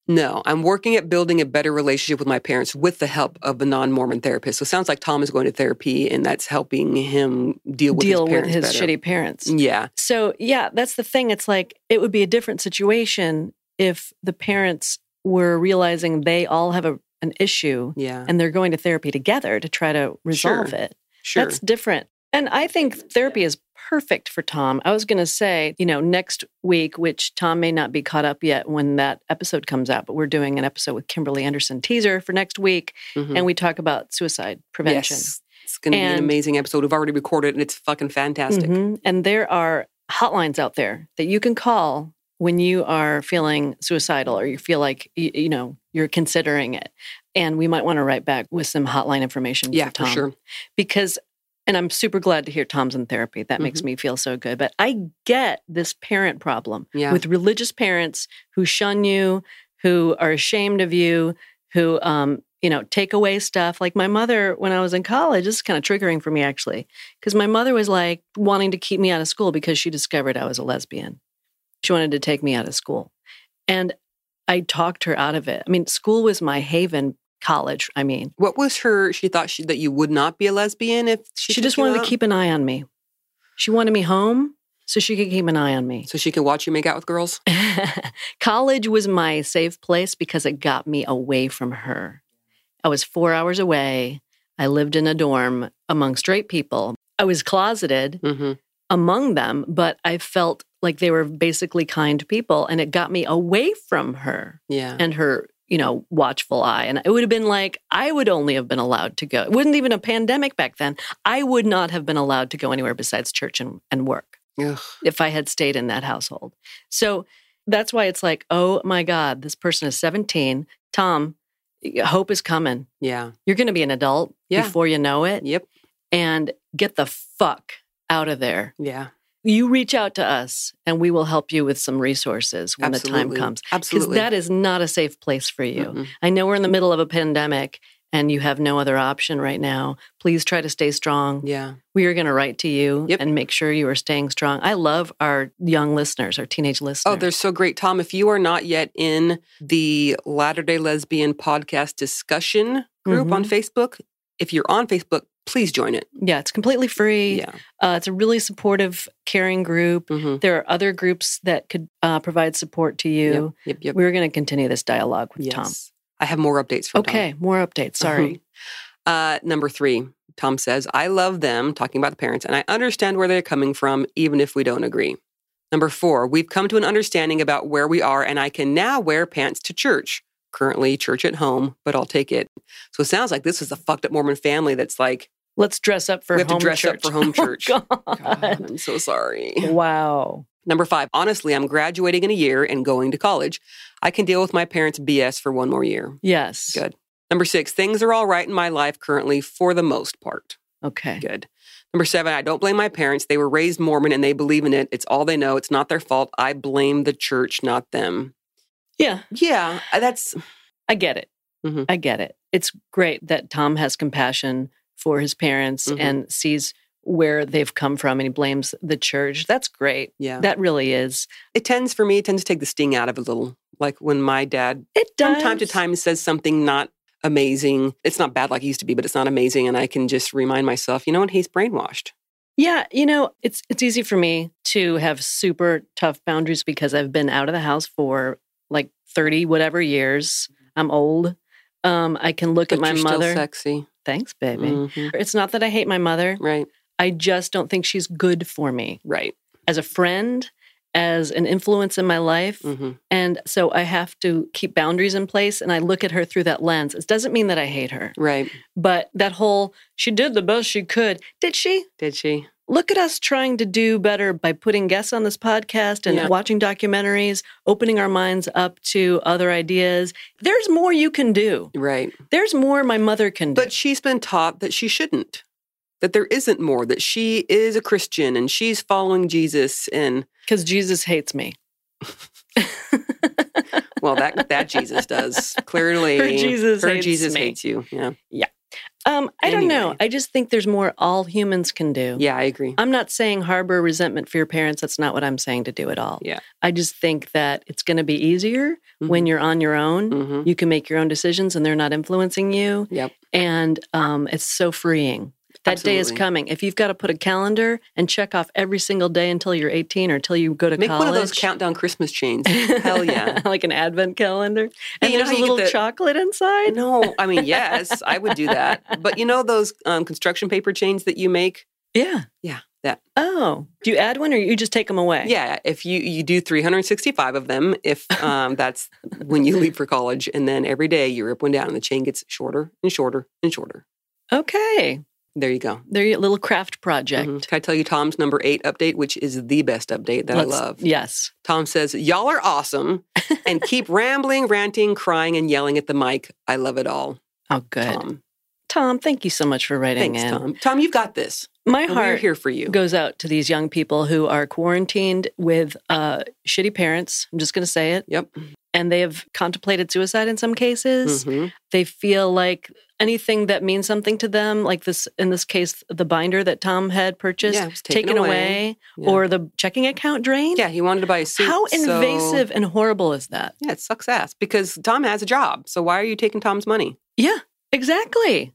A: No, I'm working at building a better relationship with my parents with the help of a non Mormon therapist. So it sounds like Tom is going to therapy and that's helping him deal with
B: Deal
A: his
B: with
A: parents.
B: his
A: better. Mm.
B: shitty parents.
A: Yeah,
B: So yeah, that's the thing. It's like it would be a different situation if the parents were realizing they all have a, an issue
A: yeah,
B: and they're going to therapy together to try to resolve it.
A: sure.
B: That's different. And I think therapy is perfect for Tom. I was going to say, you know, next week, which Tom may not be caught up yet when that episode comes out, but we're doing an episode with Kimberly Anderson teaser for next week.
A: Mhm.
B: And we talk about suicide prevention.
A: Yes. It's going to be an
B: And-
A: amazing episode. We've already recorded it and it's fucking fantastic.
B: Mhm. And there are hotlines out there that you can call when you are feeling suicidal or you feel like, you, you know, you're considering it. And we might want to write back with some hotline information
A: Yeah,
B: for
A: for
B: Tom.
A: sure.
B: because and I'm super glad to hear Tom's in therapy. That makes me feel so good. But I get this parent problem
A: Yeah.
B: with religious parents who shun you, who are ashamed of you, who um, you know, take away stuff. Like my mother when I was in college, this is kind of triggering for me actually, because my mother was like wanting to keep me out of school because she discovered I was a lesbian. She wanted to take me out of school. And I talked her out of it. I mean, school was my haven, college, I mean.
A: what was her? She thought she, that you would not be a lesbian if she,
B: She, just
A: took you
B: wanted
A: out?
B: to keep an eye on me. She wanted me home so she could keep an eye on me.
A: so she can watch you make out with girls.
B: College was my safe place because it got me away from her. I was four hours away. I lived in a dorm among straight people. I was closeted
A: Mm-hmm.
B: among them, but I felt like they were basically kind people and it got me away from her
A: Yeah,
B: and her you know watchful eye and it would have been like i would only have been allowed to go it wasn't even a pandemic back then i would not have been allowed to go anywhere besides church and, and work
A: Ugh.
B: if i had stayed in that household so that's why it's like oh my god this person is 17 tom hope is coming
A: yeah,
B: you're going to be an adult
A: Yeah.
B: before you know it
A: yep,
B: and get the fuck out of there
A: yeah.
B: you reach out to us and we will help you with some resources when the time
A: Absolutely.
B: comes because
A: Absolutely.
B: that is not a safe place for you
A: Mhm.
B: I know we're in the middle of a pandemic and you have no other option right now. Please try to stay strong.
A: Yeah,
B: We are going to write to you
A: Yep.
B: and make sure you are staying strong. I love our young listeners, our teenage listeners.
A: Oh, they're so great. Tom, if you are not yet in the Latter day Lesbian podcast discussion group
B: Mm-hmm.
A: on Facebook, if you're on Facebook, please join it.
B: yeah, it's completely free.
A: Yeah.
B: Uh, it's a really supportive, caring group.
A: Mhm.
B: There are other groups that could uh, provide support to
A: Yep,
B: you.
A: Yep. Yep.
B: We're going to continue this dialogue with Tom.
A: Yes. I have more updates for Tom. Uh-huh.
B: Okay, more updates. Sorry. Mm-hmm.
A: Uh, number three, Tom says, I love them, talking about the parents, and I understand where they're coming from, even if we don't agree. Number four, we've come to an understanding about where we are, and I can now wear pants to church. Currently, church at home, but I'll take it. So it sounds like this is a fucked up Mormon family that's like,
B: Let's dress up for
A: we have
B: home
A: to dress
B: church. Oh,
A: up for home church. God,
B: God.
A: I'm so sorry.
B: Wow.
A: Number five, honestly, I'm graduating in a year and going to college. I can deal with my parents' BS for one more year.
B: Yes.
A: Good. Number six, things are all right in my life currently for the most part.
B: Okay.
A: Good. Number seven, I don't blame my parents. They were raised Mormon and they believe in it. It's all they know. It's not their fault. I blame the church, not them.
B: Yeah.
A: Yeah, uh, that's
B: I get it.
A: Mhm.
B: I get it. It's great that Tom has compassion for his parents
A: Mhm.
B: and sees where they've come from and he blames the church. That's great.
A: yeah.
B: That really is.
A: it tends for me. It tends to take the sting out of it a little. Like when my dad
B: It does.
A: from time to time says something not amazing. It's not bad like it used to be, but it's not amazing, and I can just remind myself, you know, what he's brainwashed.
B: Yeah, you know, it's it's easy for me to have super tough boundaries because I've been out of the house for like 30 whatever years. I'm old. Um, I can look
A: Mm-hmm. But
B: at my
A: you're
B: mother.
A: still sexy,
B: Thanks, baby.
A: Mhm.
B: It's not that I hate my mother.
A: right?
B: I just don't think she's good for me.
A: Right.
B: as a friend, as an influence in my life.
A: hmm
B: And so I have to keep boundaries in place. And I look at her through that lens. It doesn't mean that I hate her,
A: Right.
B: but that whole she did the best she could. Did she?
A: Did she?
B: Look at us trying to do better by putting guests on this podcast and
A: Yeah.
B: watching documentaries, opening our minds up to other ideas. There's more you can do.
A: Right.
B: There's more my mother can do.
A: But she's been taught that she shouldn't, that there isn't more, that she is a Christian and she's following Jesus. And
B: Because Jesus hates me.
A: well, that that Jesus does clearly.
B: Her Jesus
A: her
B: hates
A: Jesus
B: me.
A: hates you. Yeah.
B: Um, I don't know.
A: Anyway.
B: I just think there's more all humans can do.
A: Yeah, I agree.
B: I'm not saying harbor resentment for your parents. That's not what I'm saying to do at all.
A: Yeah. Mm-hmm.
B: I just think that it's going to be easier when you're on your own.
A: hmm
B: You can make your own decisions and they're not influencing you.
A: Yep.
B: And um, it's so freeing. That day is
A: Absolutely.
B: coming. If you've got to put a calendar and check off every single day until you're 18 or until you go to
A: Make
B: college.
A: one of those countdown Christmas chains. Hell yeah.
B: like an advent calendar.
A: Yeah,
B: And
A: you know
B: there's
A: how
B: a
A: you get
B: little
A: the-
B: chocolate inside.
A: No, I mean, yes, I would do that. But you know those um, construction paper chains that you make?
B: Yeah.
A: Yeah, that.
B: Oh. Do you add one or you just take them away?
A: Yeah, if you you do 365 of them, if um, that's when you leave for college, and then every day you rip one down, and the chain gets shorter and shorter and shorter.
B: Okay.
A: There you go.
B: They're your little craft project.
A: Mhm. Can I tell you Tom's number eight update, which is the best update that
B: Let's-
A: I love?
B: Yes.
A: Tom says, "Y'all are awesome, and keep rambling, ranting, crying, and yelling at the mic. I love it all."
B: Oh, good. Tom,
A: Tom,
B: thank you so much for writing
A: thanks,
B: in.
A: Tom. Tom, you've got this.
B: My
A: And We're
B: heart
A: here for you.
B: goes out to these young people who are quarantined with uh, shitty parents. I'm just going to say it.
A: Yep.
B: And they have contemplated suicide in some cases.
A: Mhm.
B: They feel like anything that means something to them, like this in this case, the binder that Tom had purchased,
A: Yeah, it was
B: taken,
A: taken
B: away,
A: away. Yeah.
B: or the checking account drained.
A: Yeah, he wanted to buy a suit.
B: How
A: so-
B: invasive and horrible is that?
A: Yeah, it sucks ass because Tom has a job. So why are you taking Tom's money?
B: Yeah, exactly.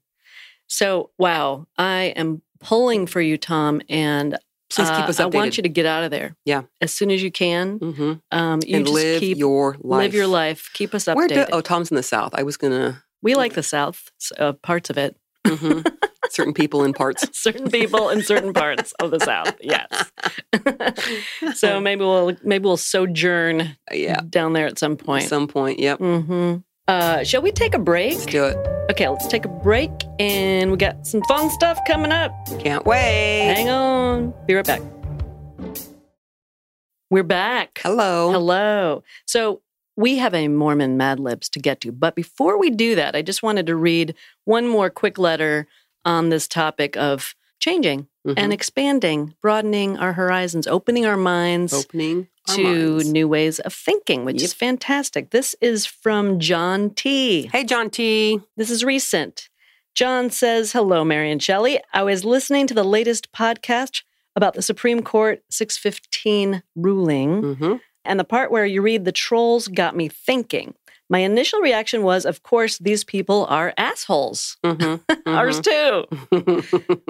B: So, wow, I am pulling for you, Tom, and
A: Please keep
B: uh,
A: us updated.
B: I want you to get out of there.
A: Yeah.
B: as soon as you can.
A: hmm
B: Um, you
A: and
B: just
A: live
B: keep
A: your life.
B: live your life. Keep us
A: Where
B: updated.
A: do, oh, mm. Tom's in the South. I was gonna
B: we like the South s- uh, parts of it.
A: mhm. certain people in parts.
B: Certain people in certain parts of the South. Yes. so maybe we'll maybe we'll sojourn
A: Yeah,
B: down there at some point.
A: at some point. Yep.
B: hmm Uh, shall we take a break?
A: Let's do it.
B: Okay, let's take a break, and we got some fun stuff coming up.
A: Can't wait.
B: Hang on. Be right back. We're back.
A: Hello.
B: Hello. So we have a Mormon Mad Libs to get to. But before we do that, I just wanted to read one more quick letter on this topic of changing
A: Mhm.
B: and expanding, broadening our horizons, opening our minds
A: opening our
B: to
A: minds.
B: new ways of thinking, which is fantastic. This is from John T.
A: Hey, John T.
B: This is recent. John says, Hello, Mary and Shelley. I was listening to the latest podcast about the Supreme Court 615 ruling,
A: Mm-hmm.
B: and the part where you read the trolls got me thinking. My initial reaction was, Of course, these people are assholes.
A: Mm-hmm.
B: Ours too.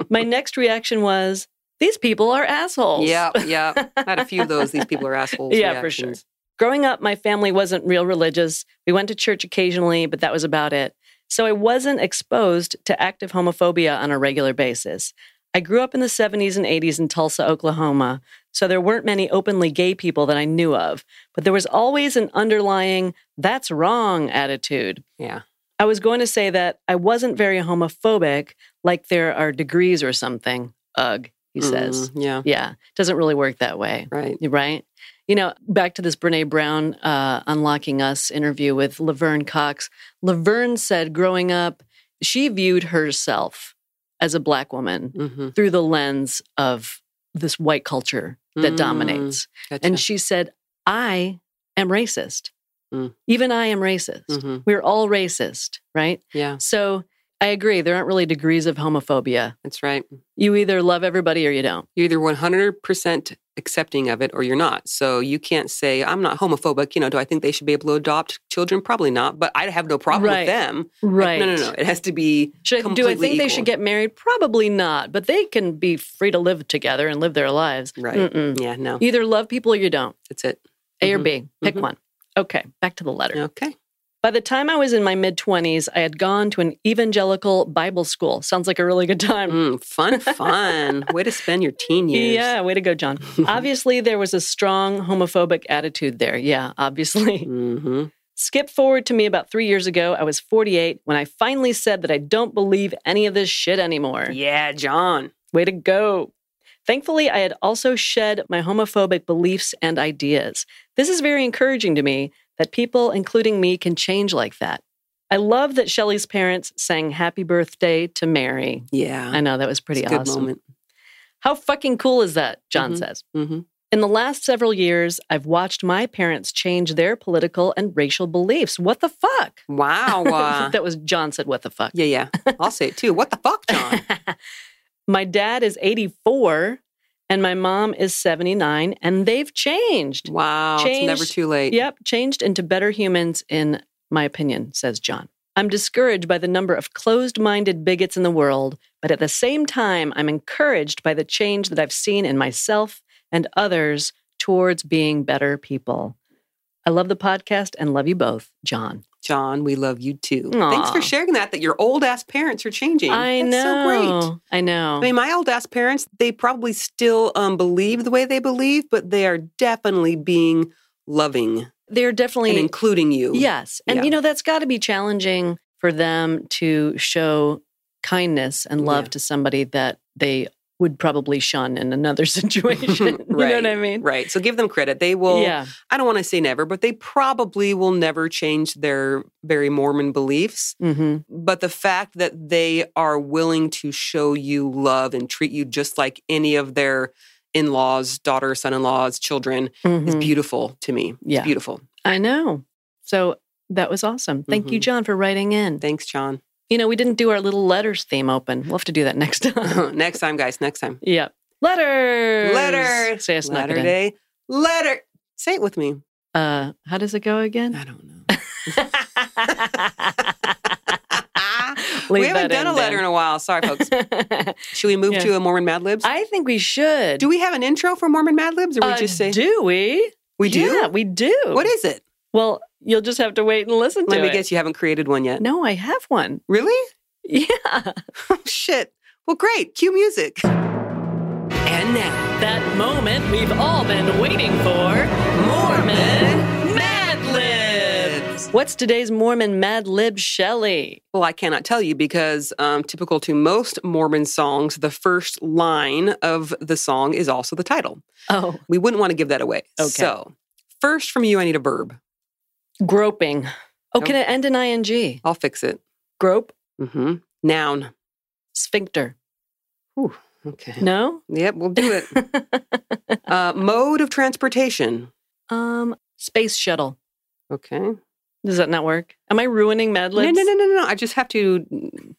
B: My next reaction was, These people are assholes.
A: yeah, yeah. Had a few of those. These people are assholes.
B: Yeah, for sure.
A: reactions.
B: Growing up, my family wasn't real religious. We went to church occasionally, but that was about it. So I wasn't exposed to active homophobia on a regular basis. I grew up in the 70s and 80s in Tulsa, Oklahoma, so there weren't many openly gay people that I knew of, but there was always an underlying, that's wrong attitude.
A: Yeah.
B: I was going to say that I wasn't very homophobic, like there are degrees or something. Ugh, he says.
A: Mm, yeah.
B: Yeah, doesn't really work that way
A: Right.
B: right? You know, back to this Brene Brown uh, unlocking us interview with Laverne Cox. Laverne said, growing up, she viewed herself as a black woman
A: Mm-hmm.
B: through the lens of this white culture that dominates, and she said, "I am racist.
A: Mm.
B: Even I am racist.
A: hmm
B: We're all racist, right?"
A: Yeah,
B: So I agree. There aren't really degrees of homophobia.
A: that's right.
B: You either love everybody or you don't.
A: you're either 100% accepting of it or you're not. So you can't say, I'm not homophobic. You know, do I think they should be able to adopt children? Probably not, but I have no problem
B: Right.
A: with them.
B: Right?
A: No, no, no. It has to be,
B: Should I, do I
A: completely
B: think they should
A: equal.
B: get married? Probably not, but they can be free to live together and live their lives.
A: Right.
B: Mm-mm.
A: yeah, no,
B: Either love people or you don't.
A: that's it.
B: A or
A: Mhm.
B: B. Pick
A: Mhm.
B: one. Okay, back to the letter.
A: Okay.
B: By the time I was in my mid 20s, I had gone to an evangelical Bible school. Sounds like a really good time.
A: Mm, fun, fun. Way to spend your teen years.
B: Yeah, way to go, John. obviously, there was a strong homophobic attitude there. Yeah, obviously.
A: hmm
B: Skip forward to me about three years ago. I was 48 when I finally said that I don't believe any of this shit anymore.
A: Yeah, John.
B: Way to go. Thankfully, I had also shed my homophobic beliefs and ideas. This is very encouraging to me that people, including me, can change like that. I love that Shelley's parents sang Happy Birthday to Mary.
A: Yeah.
B: I know that was pretty
A: it's a good
B: awesome.
A: moment.
B: How fucking cool is that? John
A: Mhm.
B: says.
A: hmm
B: In the last several years, I've watched my parents change their political and racial beliefs. What the fuck?
A: Wow. uh,
B: that was John said, What the fuck?
A: yeah, yeah. I'll say it too. What the fuck, John?
B: my dad is 84 and my mom is 79, and they've changed.
A: Wow. It's never
B: Changed-
A: too late.
B: Yep, changed into better humans, in my opinion, says John. I'm discouraged by the number of closed minded bigots in the world, but at the same time, I'm encouraged by the change that I've seen in myself and others towards being better people. I love the podcast and love you both, John.
A: John, we love you too. Thanks for
B: Aw.
A: sharing that, that your old ass parents are changing.
B: I
A: That's
B: know.
A: so great.
B: I know.
A: I mean, my old ass parents, they probably still um, believe the way they believe, but they are definitely being loving
B: They're
A: and
B: definitely
A: including you.
B: Yes. And
A: Yeah.
B: you know, that's got to be challenging for them to show kindness and love
A: Yeah.
B: to somebody that they would probably shun in another situation. You know what I
A: Right,
B: mean?
A: Right. So give them credit. They will,
B: yeah.
A: I don't want to say never, but they probably will never change their very Mormon beliefs.
B: hmm
A: But the fact that they are willing to show you love and treat you just like any of their in laws, daughter, son in laws, children is beautiful to me.
B: Yeah.
A: It's beautiful.
B: mm-hmm. I know. So that was awesome. Thank you,
A: Mhm.
B: John, for writing in.
A: Thanks, John.
B: You know, we didn't do our little letters theme open. We'll have to do that next time.
A: next time, guys. Next time.
B: yeah. Letters.
A: Letters.
B: Say I snuck
A: Letter
B: it in.
A: day. Letter. Say it with me.
B: Uh, how does it go again?
A: I don't know. we
B: Leave
A: haven't
B: that
A: done a
B: in,
A: letter
B: Dan.
A: in a while. Sorry, folks. Should we move
B: Yeah.
A: to a Mormon Mad Libs?
B: I think we should.
A: do we have an intro for Mormon Mad Libs, or we
B: Uh,
A: just say
B: do we?
A: we do?
B: Yeah, we do.
A: What is it?
B: Well, you'll just have to wait and listen to
A: Let me
B: it.
A: guess. You haven't created one yet.
B: No, I have one.
A: Really?
B: Yeah,
A: Oh shit. Well, great. Cue music. And now,
B: that moment we've all been waiting for. Mormon Mad
A: Libs.
B: What's today's Mormon Mad Lib, Shelley?
A: Well, I cannot tell you because, um, typical to most Mormon songs, the first line of the song is also the title.
B: Oh,
A: We wouldn't want to give that away.
B: Okay.
A: So, first from you, I need a verb.
B: groping. Oh,
A: Nope.
B: can it end in ing?
A: I'll fix it.
B: Grope,
A: hmm Noun.
B: sphincter.
A: Okay.
B: No.
A: Yep, we'll do it. uh, mode of transportation.
B: um, space shuttle.
A: Okay. No,
B: Does that not work? Am I ruining Mad
A: no,
B: Libs?
A: no, no, no, no. I just have to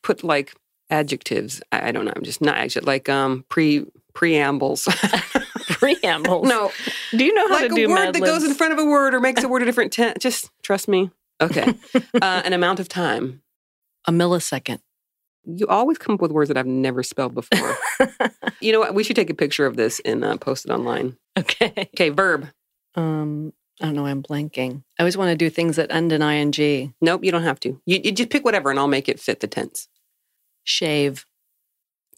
A: put like adjectives. I, I don't know. I'm just not actually like um pre preambles.
B: Preambles.
A: no,
B: Do you know how
A: like
B: to
A: a
B: do
A: word
B: Mad
A: that
B: Libs?
A: goes in front of a word or makes a word a different tense. Just trust me. Okay. uh, an amount of time.
B: a millisecond.
A: You always come up with words that I've never spelled before. you know what? We should take a picture of this and uh, post it online.
B: Okay.
A: Okay, verb.
B: Um, I don't know. I'm blanking. I always want to do things that end in ing.
A: Nope, you don't have to. You, you just pick whatever and I'll make it fit the tense.
B: Shave,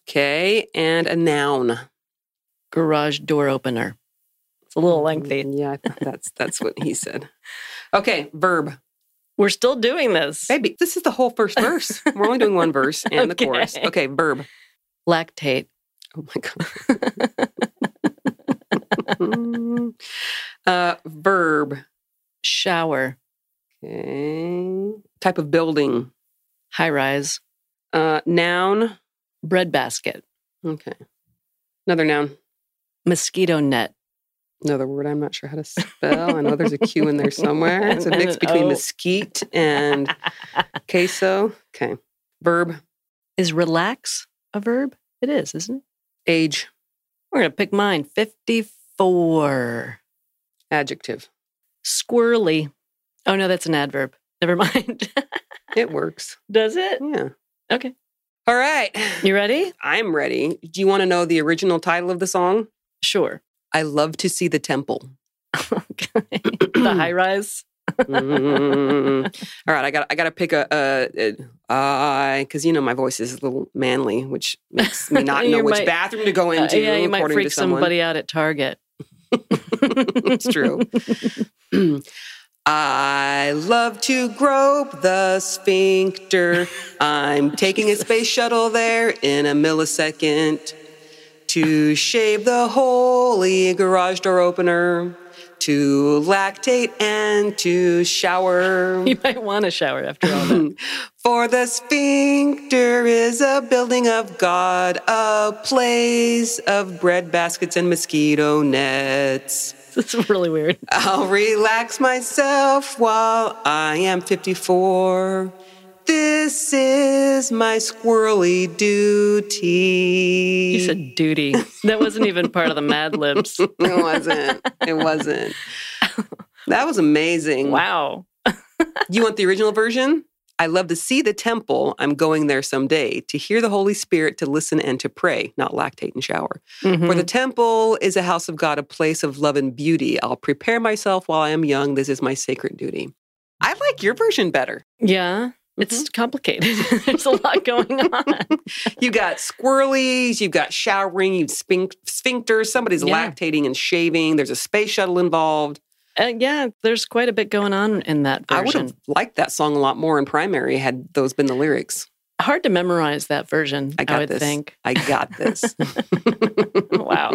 A: Okay, and a noun.
B: garage door opener. It's a little lengthy.
A: Mm, Yeah, I thought that's that's what he said. Okay, verb.
B: We're still doing this.
A: Baby, this is the whole first verse. We're only doing one verse and the chorus.
B: Okay.
A: Okay, verb.
B: Lactate.
A: Oh my god. uh, verb.
B: Shower.
A: Okay. Type of building.
B: High rise.
A: Uh, noun.
B: Bread basket.
A: Okay. Another noun.
B: Mosquito net.
A: Another word I'm not sure how to spell. I know there's a Q in there somewhere. It's a
B: And
A: mix
B: an
A: between
B: O.
A: mesquite and queso. Okay. Verb.
B: Is relax a verb? It is, isn't it?
A: Age.
B: We're gonna pick mine. Fifty-four.
A: Adjective.
B: Squirrely. Oh no, that's an adverb. Never mind.
A: It works.
B: Does it?
A: Yeah.
B: Okay.
A: All right.
B: You ready?
A: I'm ready. Do you want to know the original title of the song?
B: Sure.
A: I love to see the temple.
B: the high rise.
A: Mm. All right, I got I got to pick a because you know my voice is a little manly, which makes me not know
B: You
A: which
B: might-
A: bathroom to go
B: Uh,
A: into.
B: yeah, you might
A: according to
B: freak
A: someone.
B: somebody out at Target.
A: it's true. I love to grope the sphincter. I'm taking a space shuttle there in a millisecond to shave the holy garage door opener, to lactate and to shower.
B: You might want to shower after all that.
A: For the sphincter is a building of God, a place of bread baskets and mosquito nets.
B: this is really weird.
A: I'll relax myself while I am 54. This is my squirrely duty.
B: You said duty. That wasn't even part of the Mad Libs.
A: it wasn't. It wasn't. That was amazing.
B: Wow.
A: You want the original version? I love to see the temple. I'm going there someday to hear the Holy Spirit, to listen and to pray, not lactate and shower. For
B: Mhm.
A: the temple is a house of God, a place of love and beauty. I'll prepare myself while I am young. This is my sacred duty. I like your version better.
B: yeah. It's
A: Mm-hmm.
B: complicated. There's a lot going on.
A: You got squirrelies, you've got showering, you've sphinc- sphincters, somebody's
B: Yeah.
A: lactating and shaving, there's a space shuttle involved.
B: Uh, yeah, there's quite a bit going on in that
A: I would have
B: version.
A: liked that song a lot more in primary had those been the lyrics.
B: Hard to memorize that version,
A: I
B: I,
A: got
B: would
A: this.
B: think.
A: I got this.
B: Wow.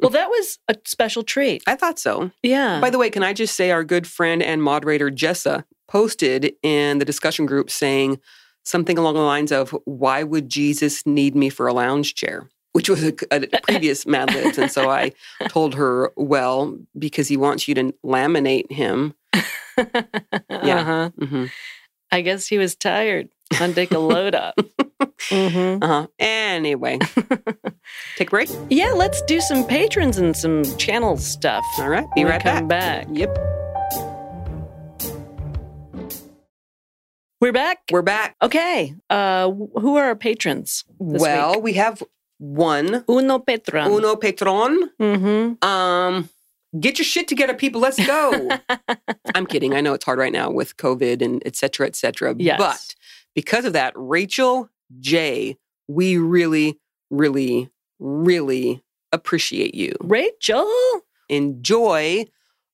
B: well, that was a special treat.
A: I thought so.
B: Yeah.
A: By the way, can I just say our good friend and moderator Jessa posted in the discussion group saying something along the lines of, Why would Jesus need me for a lounge chair? Which was a, a previous Mad Libs. And so I told her, Well, because he wants you to laminate him. yeah.
B: Uh-huh.
A: hmm
B: I guess he was tired on take a load up. Mhm.
A: Uh-huh. Anyway, take a break.
B: Yeah, let's do some patrons and some channel stuff.
A: All right. Be
B: when we
A: right back.
B: come back.
A: Yep.
B: We're back.
A: We're back.
B: okay. Uh, wh- who are our patrons? This
A: well, we have one.
B: Uno Petron.
A: Uno Petron.
B: Mm-hmm.
A: Um, get your shit together, people. Let's go. I'm kidding. I know it's hard right now with COVID and et cetera, et cetera.
B: Yes.
A: But because of that, Rachel J, we really, really, really appreciate you.
B: Rachel.
A: Enjoy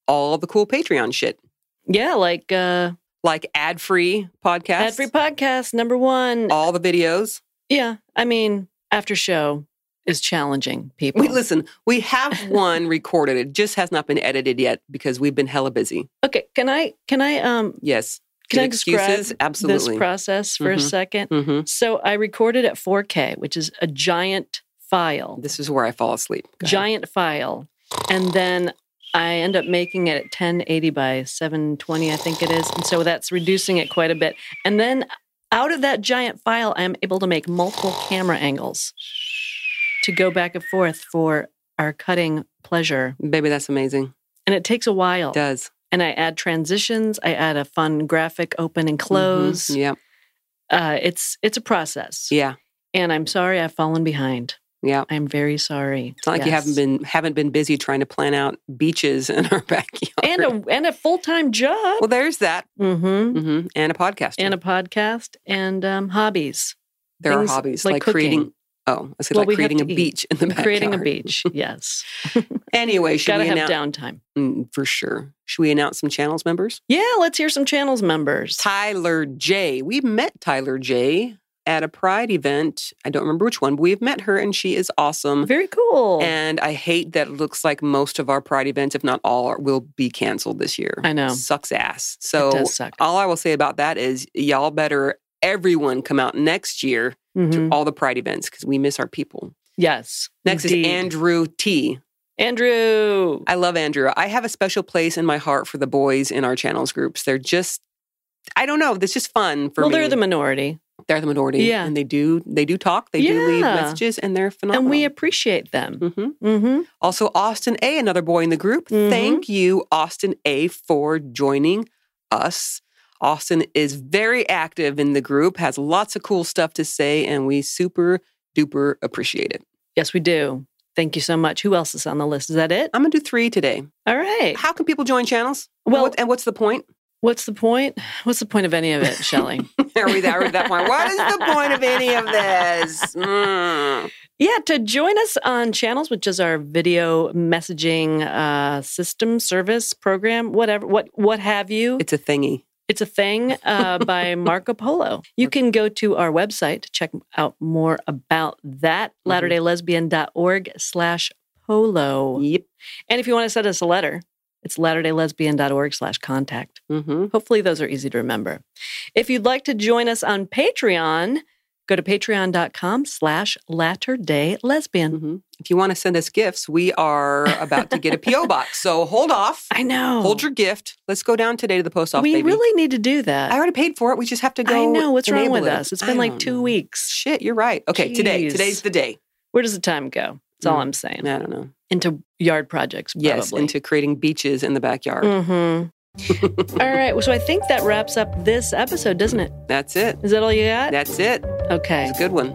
A: all the cool Patreon shit,
B: Yeah, like uh,
A: like ad free podcasts,
B: every podcast number one.
A: all the videos.
B: Yeah, I mean, after show is challenging. People.
A: We listen. We have one recorded. It just has not been edited yet because we've been hella busy.
B: okay, can I can I um
A: Yes.
B: can I
A: Good
B: describe
A: excuses? Absolutely.
B: this process for a
A: Mhm.
B: second?
A: mm-hmm.
B: So I recorded at 4K, which is a giant file.
A: This is where I fall asleep. Go ahead.
B: giant file. And then I end up making it at 1080 by 720, I think it is. And so that's reducing it quite a bit. And then out of that giant file, I'm able to make multiple camera angles to go back and forth for our cutting pleasure.
A: Baby, that's amazing.
B: And it takes a while.
A: It does. Mm-hmm.
B: And I add transitions, I add a fun graphic open and close.
A: Mhm. Yeah.
B: Uh, it's it's a process.
A: Yeah.
B: And I'm sorry I've fallen behind.
A: Yeah.
B: I'm very sorry.
A: It's not like you haven't been haven't been busy trying to plan out beaches in our backyard.
B: and a and a full time job.
A: well, there's that.
B: Mm-hmm.
A: hmm And a podcast.
B: And a podcast and um, hobbies.
A: there are
B: things
A: hobbies
B: like
A: like, creating.
B: cooking.
A: Oh, I said
B: Well,
A: like
B: we have
A: creating a
B: to eat.
A: beach in the backyard.
B: Creating a beach. Yes.
A: Anyway, should
B: Gotta
A: we
B: have
A: announce
B: downtime.
A: Mm, for sure? Should we announce some channels members?
B: Yeah, let's hear some channels members.
A: Tyler J. We met Tyler J. at a Pride event. I don't remember which one, but we've met her, and she is awesome.
B: Very cool.
A: And I hate that it looks like most of our Pride events, if not all, are- will be canceled this year.
B: I know.
A: Sucks ass.
B: it
A: So, uh,
B: does suck.
A: all I will say about that is y'all better, everyone come out next year
B: Mhm.
A: to all the Pride events because we miss our people.
B: Yes.
A: Next
B: indeed.
A: is Andrew T.
B: Andrew.
A: I love Andrew. I have a special place in my heart for the boys in our channels groups. They're just, I don't know, it's just fun for
B: well,
A: me.
B: they're the minority,
A: They're the minority.
B: Yeah.
A: And they do, they do talk, they do leave
B: Yeah.
A: messages, and they're phenomenal.
B: and we appreciate them.
A: Mhm.
B: Mm-hmm.
A: Also, Austin A., another boy in the group.
B: Mhm.
A: Thank you, Austin A., for joining us. Austin is very active in the group, has lots of cool stuff to say, and we super duper appreciate it.
B: Yes, we do. Thank you so much. Who else
A: Um,
B: is on the list? Is that it?
A: I'm going to do three today.
B: All right.
A: How can people join channels?
B: Well-
A: What- and what's the point?
B: What's the point? What's the point of any of it, Shelley?
A: Are we there at that point? What is the point of any of this? Mm.
B: Yeah, to join us on Channels, which is our video messaging uh, system service program, whatever, what what have you.
A: It's a thingy.
B: It's a thing uh, by Marco Polo. You can go to our website to check out more about that, latterdaylesbian.org slash polo.
A: Yep.
B: And if you want to send us a letter, it's latterdaylesbian.org slash contact.
A: Mm-hmm.
B: Hopefully those are easy to remember. If you'd like to join us on Patreon, go to patreon.com slash latterdaylesbian.
A: Mm-hmm. If you want to send us gifts, we are about to get a PO box. So hold off,
B: I know.
A: hold your gift. Let's go down today to the post office.
B: Oh. we
A: baby.
B: really need to do that.
A: I already paid for it. We just have to go.
B: I know what's wrong
A: enable
B: with
A: it.
B: us. It's
A: I
B: been like
A: don't
B: two
A: know.
B: weeks.
A: Shit, you're right. Okay, today.
B: Jeez.
A: Today's the day.
B: Where does the time go? That's all
A: Mm.
B: I'm saying.
A: I don't know.
B: Into yard projects, probably.
A: Yes, into creating beaches in the backyard.
B: Mhm. all right. Well, so I think that wraps up this episode, doesn't it?
A: That's it.
B: Is that all you got?
A: That's it.
B: okay.
A: It's a good one.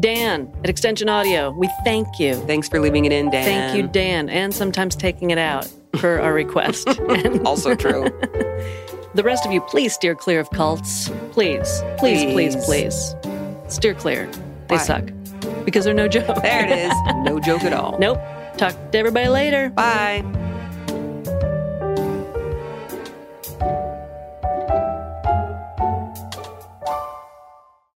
B: Dan at Extension Audio, we thank you.
A: Thanks for leaving it in, Dan.
B: Thank you, Dan, and sometimes taking it out for our request. and
A: Also true.
B: the rest of you, please steer clear of cults. Please, please, please, please.
A: Please.
B: Steer clear. They
A: Why?
B: suck because they're no joke.
A: there it is. No joke at all.
B: Nope. Talk to everybody later.
A: Bye.